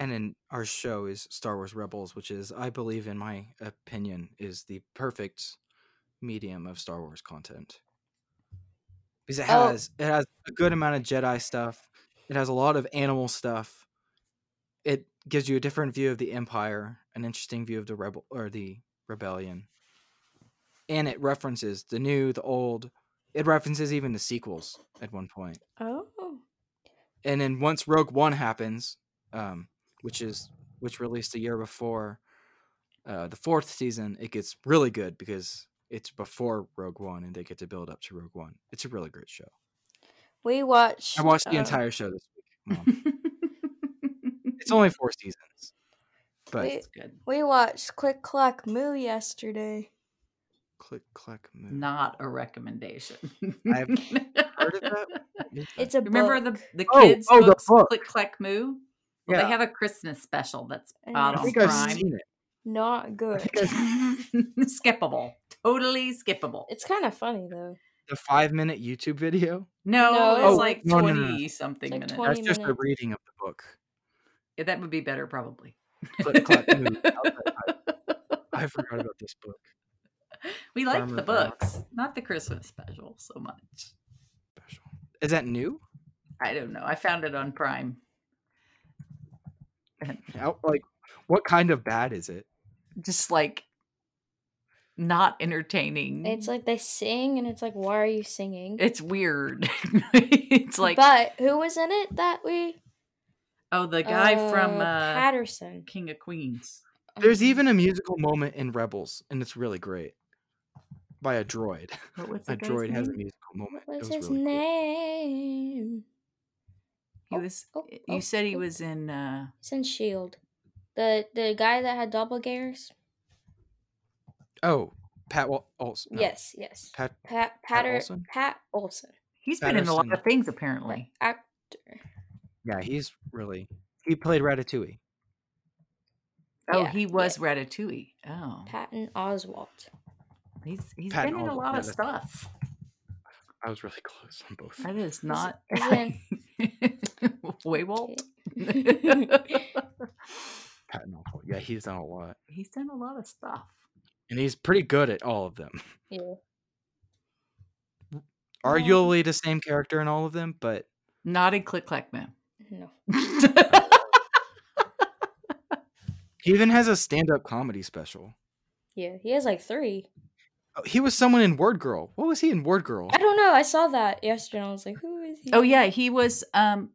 S1: And then our show is Star Wars Rebels, which is, I believe, in my opinion, is the perfect medium of Star Wars content because it
S2: Oh.
S1: has it has a good amount of Jedi stuff. It has a lot of animal stuff. It gives you a different view of the Empire, an interesting view of the rebel or the rebellion, and it references the new, the old. It references even the sequels at one point
S2: Oh.
S1: and then once Rogue One happens, um, which is which released a year before uh, the fourth season, it gets really good because it's before Rogue One, and they get to build up to Rogue One. It's a really great show.
S2: We watched.
S1: I watched the
S2: uh,
S1: entire show this
S3: [LAUGHS]
S1: week. [LAUGHS] Mom. it's only four seasons, but
S2: Wait.
S3: That's good.
S2: We watched Click Clack Moo yesterday.
S1: click click move.
S3: Not a recommendation.
S1: I've Heard of that? What is that?
S2: It's a
S3: [LAUGHS] Remember
S2: book.
S3: the the
S1: Oh,
S3: kids
S1: oh, the
S3: books,
S1: book.
S3: Click Clack Moo? Well,
S1: yeah,
S3: They have a Christmas special that's
S2: I
S3: out
S1: I
S3: on
S1: think I've
S3: Prime.
S1: seen it.
S2: not good.
S3: [LAUGHS] skippable. Totally skippable.
S2: It's kind of funny though.
S1: The five minute YouTube video.
S3: No,
S2: No,
S3: it's
S2: it's-
S3: like
S1: Oh, No, no, no,
S3: 20
S1: no.
S3: something
S2: It's like
S3: minutes.
S2: 20
S1: That's just a
S2: minutes.
S1: reading of the book.
S3: Yeah, e, that would be better probably.
S1: Click clack move. [LAUGHS] I forgot about this book.
S3: we like
S1: Farmer
S3: the
S1: Brown.
S3: books, not the Christmas special so much.
S1: Is that new?
S3: I don't know. I found it on Prime.
S1: How, like, what kind of bad is it?
S3: Just like not entertaining.
S2: It's like they sing, and it's like, why are you singing?
S3: Mm. it's weird. [LAUGHS] it's like
S2: but who was in it that we?
S3: oh, the guy from
S2: Uh,
S3: uh,
S2: Patterson.
S3: King of Queens.
S1: There's
S2: Um,
S1: even a musical moment in Rebels, and it's really great. By a droid. [LAUGHS]
S3: What was the
S1: A
S3: guy's
S1: droid has a
S3: name?
S1: musical moment.
S2: What's
S1: it was
S2: his
S1: really cool.
S2: name?
S3: He
S2: Oh,
S3: was.
S2: oh,
S3: you
S2: oh,
S3: said he
S2: oh.
S3: was in. uh
S2: He's in Shield. E The the guy that had doppelgangers.
S1: Oh, Pat Wal- Olson. no,
S2: Yes, yes.
S1: Pat.
S2: Pat Patter
S1: Olson?
S2: Pat Olson.
S3: He's been in a lot
S1: Patterson.
S3: of things
S2: the
S3: apparently.
S1: Oh.
S2: actor.
S1: Yeah, he's really. He played Ratatouille.
S3: Oh,
S2: Yeah,
S3: he
S2: yeah.
S3: was Ratatouille. Oh,
S2: Patton
S1: [LAUGHS]
S2: Oswalt.
S3: he's he's
S1: Patton
S3: been in a
S1: Oswalt,
S3: lot
S1: yeah,
S3: of
S1: that's-
S3: stuff.
S2: [LAUGHS]
S1: I was really [LAUGHS] close on both.
S3: That is not
S2: he's in-
S3: [LAUGHS]
S2: [LAUGHS]
S3: Waywalt.
S1: [LAUGHS] Pat and Oswald. Yeah, he's done a lot,
S3: he's done a lot of stuff.
S1: and he's pretty good at all of them.
S2: Yeah. Well-
S1: Arguably the same character in all of them, but
S3: Not in Click Clack Man.
S2: No.
S1: he even has a stand-up comedy special.
S2: Yeah. He has like three.
S1: Oh, he was someone in Word Girl. What was he in Word Girl?
S2: I don't know. I saw that yesterday and I was like, who is he?
S3: [LAUGHS] oh yeah, he was um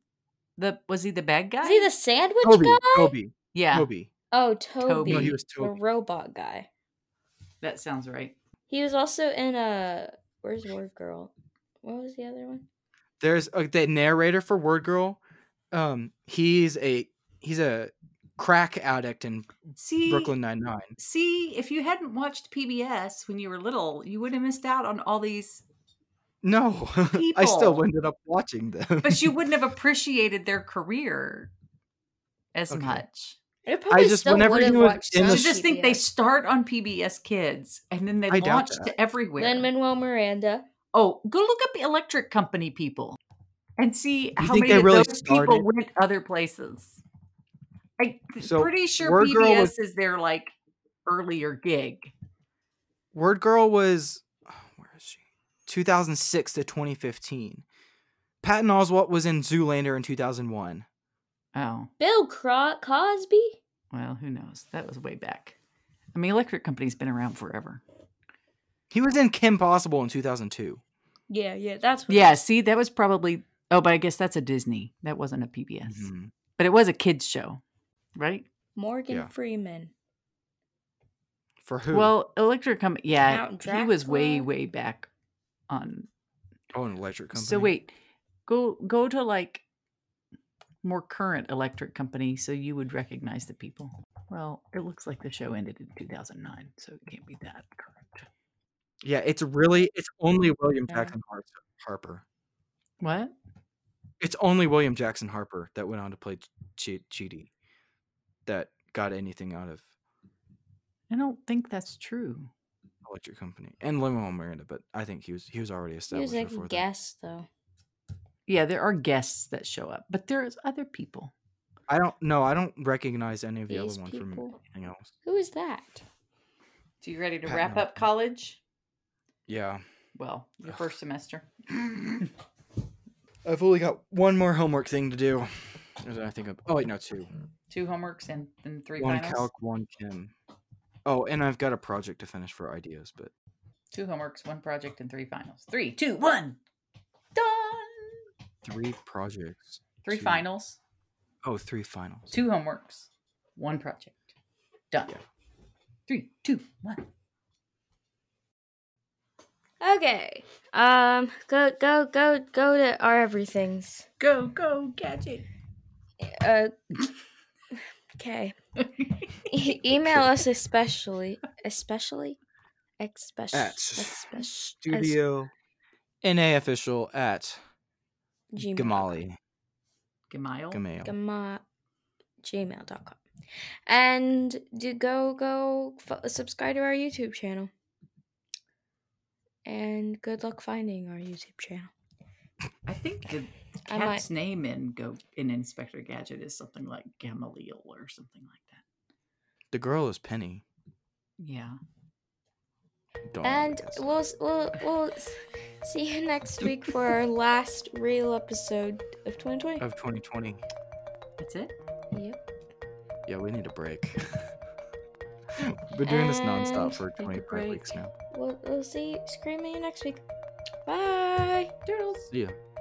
S3: the was he the bad guy?
S2: Is he the sandwich
S1: Toby.
S2: guy?
S1: Toby.
S3: yeah,
S1: Toby.
S2: Oh, Toby.
S3: Toby.
S1: No, he was
S2: the
S1: Toby.
S2: robot guy.
S3: that sounds right.
S2: He was also in uh where's Word Girl? What was the other one?
S1: There's uh, the narrator for Word Girl. Um, he's a he's a crack addict in
S3: See
S1: Brooklyn Nine Nine.
S3: See, if you hadn't watched PBS when you were little, you would have missed out on all these.
S1: No, [LAUGHS] I still
S3: People.
S1: ended up watching them.
S3: But you wouldn't have appreciated their career as
S1: Okay.
S3: much.
S2: I, probably
S1: just-
S2: still
S1: whenever
S2: would've
S1: he was
S2: watched
S1: in
S2: some
S1: the-
S3: You just think they
S2: PBS.
S3: start on PBS Kids and then they
S1: I doubt
S3: launch
S1: that.
S3: to everywhere.
S2: Lin Manuel Miranda.
S3: Oh, go look up the electric company people and see how
S1: think
S3: many
S1: they
S3: of
S1: really
S3: those people
S1: started?
S3: went other places. I'm
S1: So,
S3: pretty sure
S1: Word Girl
S3: PBS
S1: was-
S3: is their like earlier gig.
S1: [LAUGHS] Word Girl was oh, where is she? 2006 to 2015. Patton Oswalt was in Zoolander in 2001.
S3: Oh,
S2: Bill Cro- Cosby?
S3: well, who knows? That was way back. I mean, electric company's been around forever.
S1: He was in Kim Possible in 2002.
S2: Yeah, yeah, that's what
S3: Yeah, see, that was probably. Oh, but I guess that's a Disney. That wasn't a PBS,
S1: Mhm.
S3: but it was a kids show, right?
S2: Morgan
S1: Yeah.
S2: Freeman.
S1: For who?
S3: Well, electric company. Yeah,
S2: Count
S3: he was way,
S2: Dracula.
S3: way back on
S1: oh, an electric company.
S3: So wait, go go to like more current electric company so you would recognize the people. Well, it looks like the show ended in 2009, so it can't be that current.
S1: Yeah, it's really it's only William
S2: Yeah.
S1: Jackson Har- Harper.
S3: What?
S1: It's only William Jackson Harper that went on to play Ch- Chidi that got anything out of
S3: I don't think that's true.
S1: Electric Company and Lin-Manuel Miranda, but I think he was he was already
S2: He was
S1: established
S2: like
S1: before
S2: a
S1: that.
S2: guest though.
S3: Yeah, there are guests that show up, but there's other people.
S1: I don't know. I don't recognize any of the
S2: These
S1: other one from
S2: people.
S1: anything else.
S2: Who is that?
S3: So you ready to
S1: Pat
S3: wrap
S1: Mel-
S3: up college?
S1: Yeah.
S3: Well, your
S1: Ugh. [LAUGHS]
S3: first semester.
S1: I've only got one more homework thing to do. And then I think of oh wait no two
S3: Two homeworks and then three
S1: one
S3: finals.
S1: calc one chem. Oh, and I've got a project to finish for ideas, but
S3: Two homeworks, one project, and three finals. Three, two, one. Done.
S1: three projects.
S3: Three
S1: Two.
S3: finals.
S1: Oh, three finals.
S3: two homeworks, one project. Done.
S1: Yeah.
S3: Three, two, one.
S2: Okay. Um go go go go to our everything's.
S3: Go, go, gadget. [LAUGHS]
S2: Uh [LAUGHS] okay. E- email us especially especially especially
S1: At
S2: especially
S1: Studio NA official at Gamali.
S3: Gamile.
S1: Gamail.
S2: gmail gmail.com and do go go f- subscribe to our youtube channel and good luck finding our youtube channel
S3: I think the
S2: I might-
S3: cat's name in Go in Inspector Gadget is something like Gamaliel or something like that.
S1: The girl is Penny.
S3: Yeah.
S1: Dawn, I
S2: and
S1: guess.
S2: we'll s- we'll, we'll s- See you next week for our last real episode of 2020.
S1: of 2020.
S3: That's it.
S2: Yep.
S1: Yeah, we need a break. [LAUGHS] Been doing this nonstop
S2: And
S1: for
S3: a
S1: 25
S3: break.
S1: weeks now.
S2: We'll, we'll see. Scream at you next week. Bye.
S3: Turtles.
S1: See ya.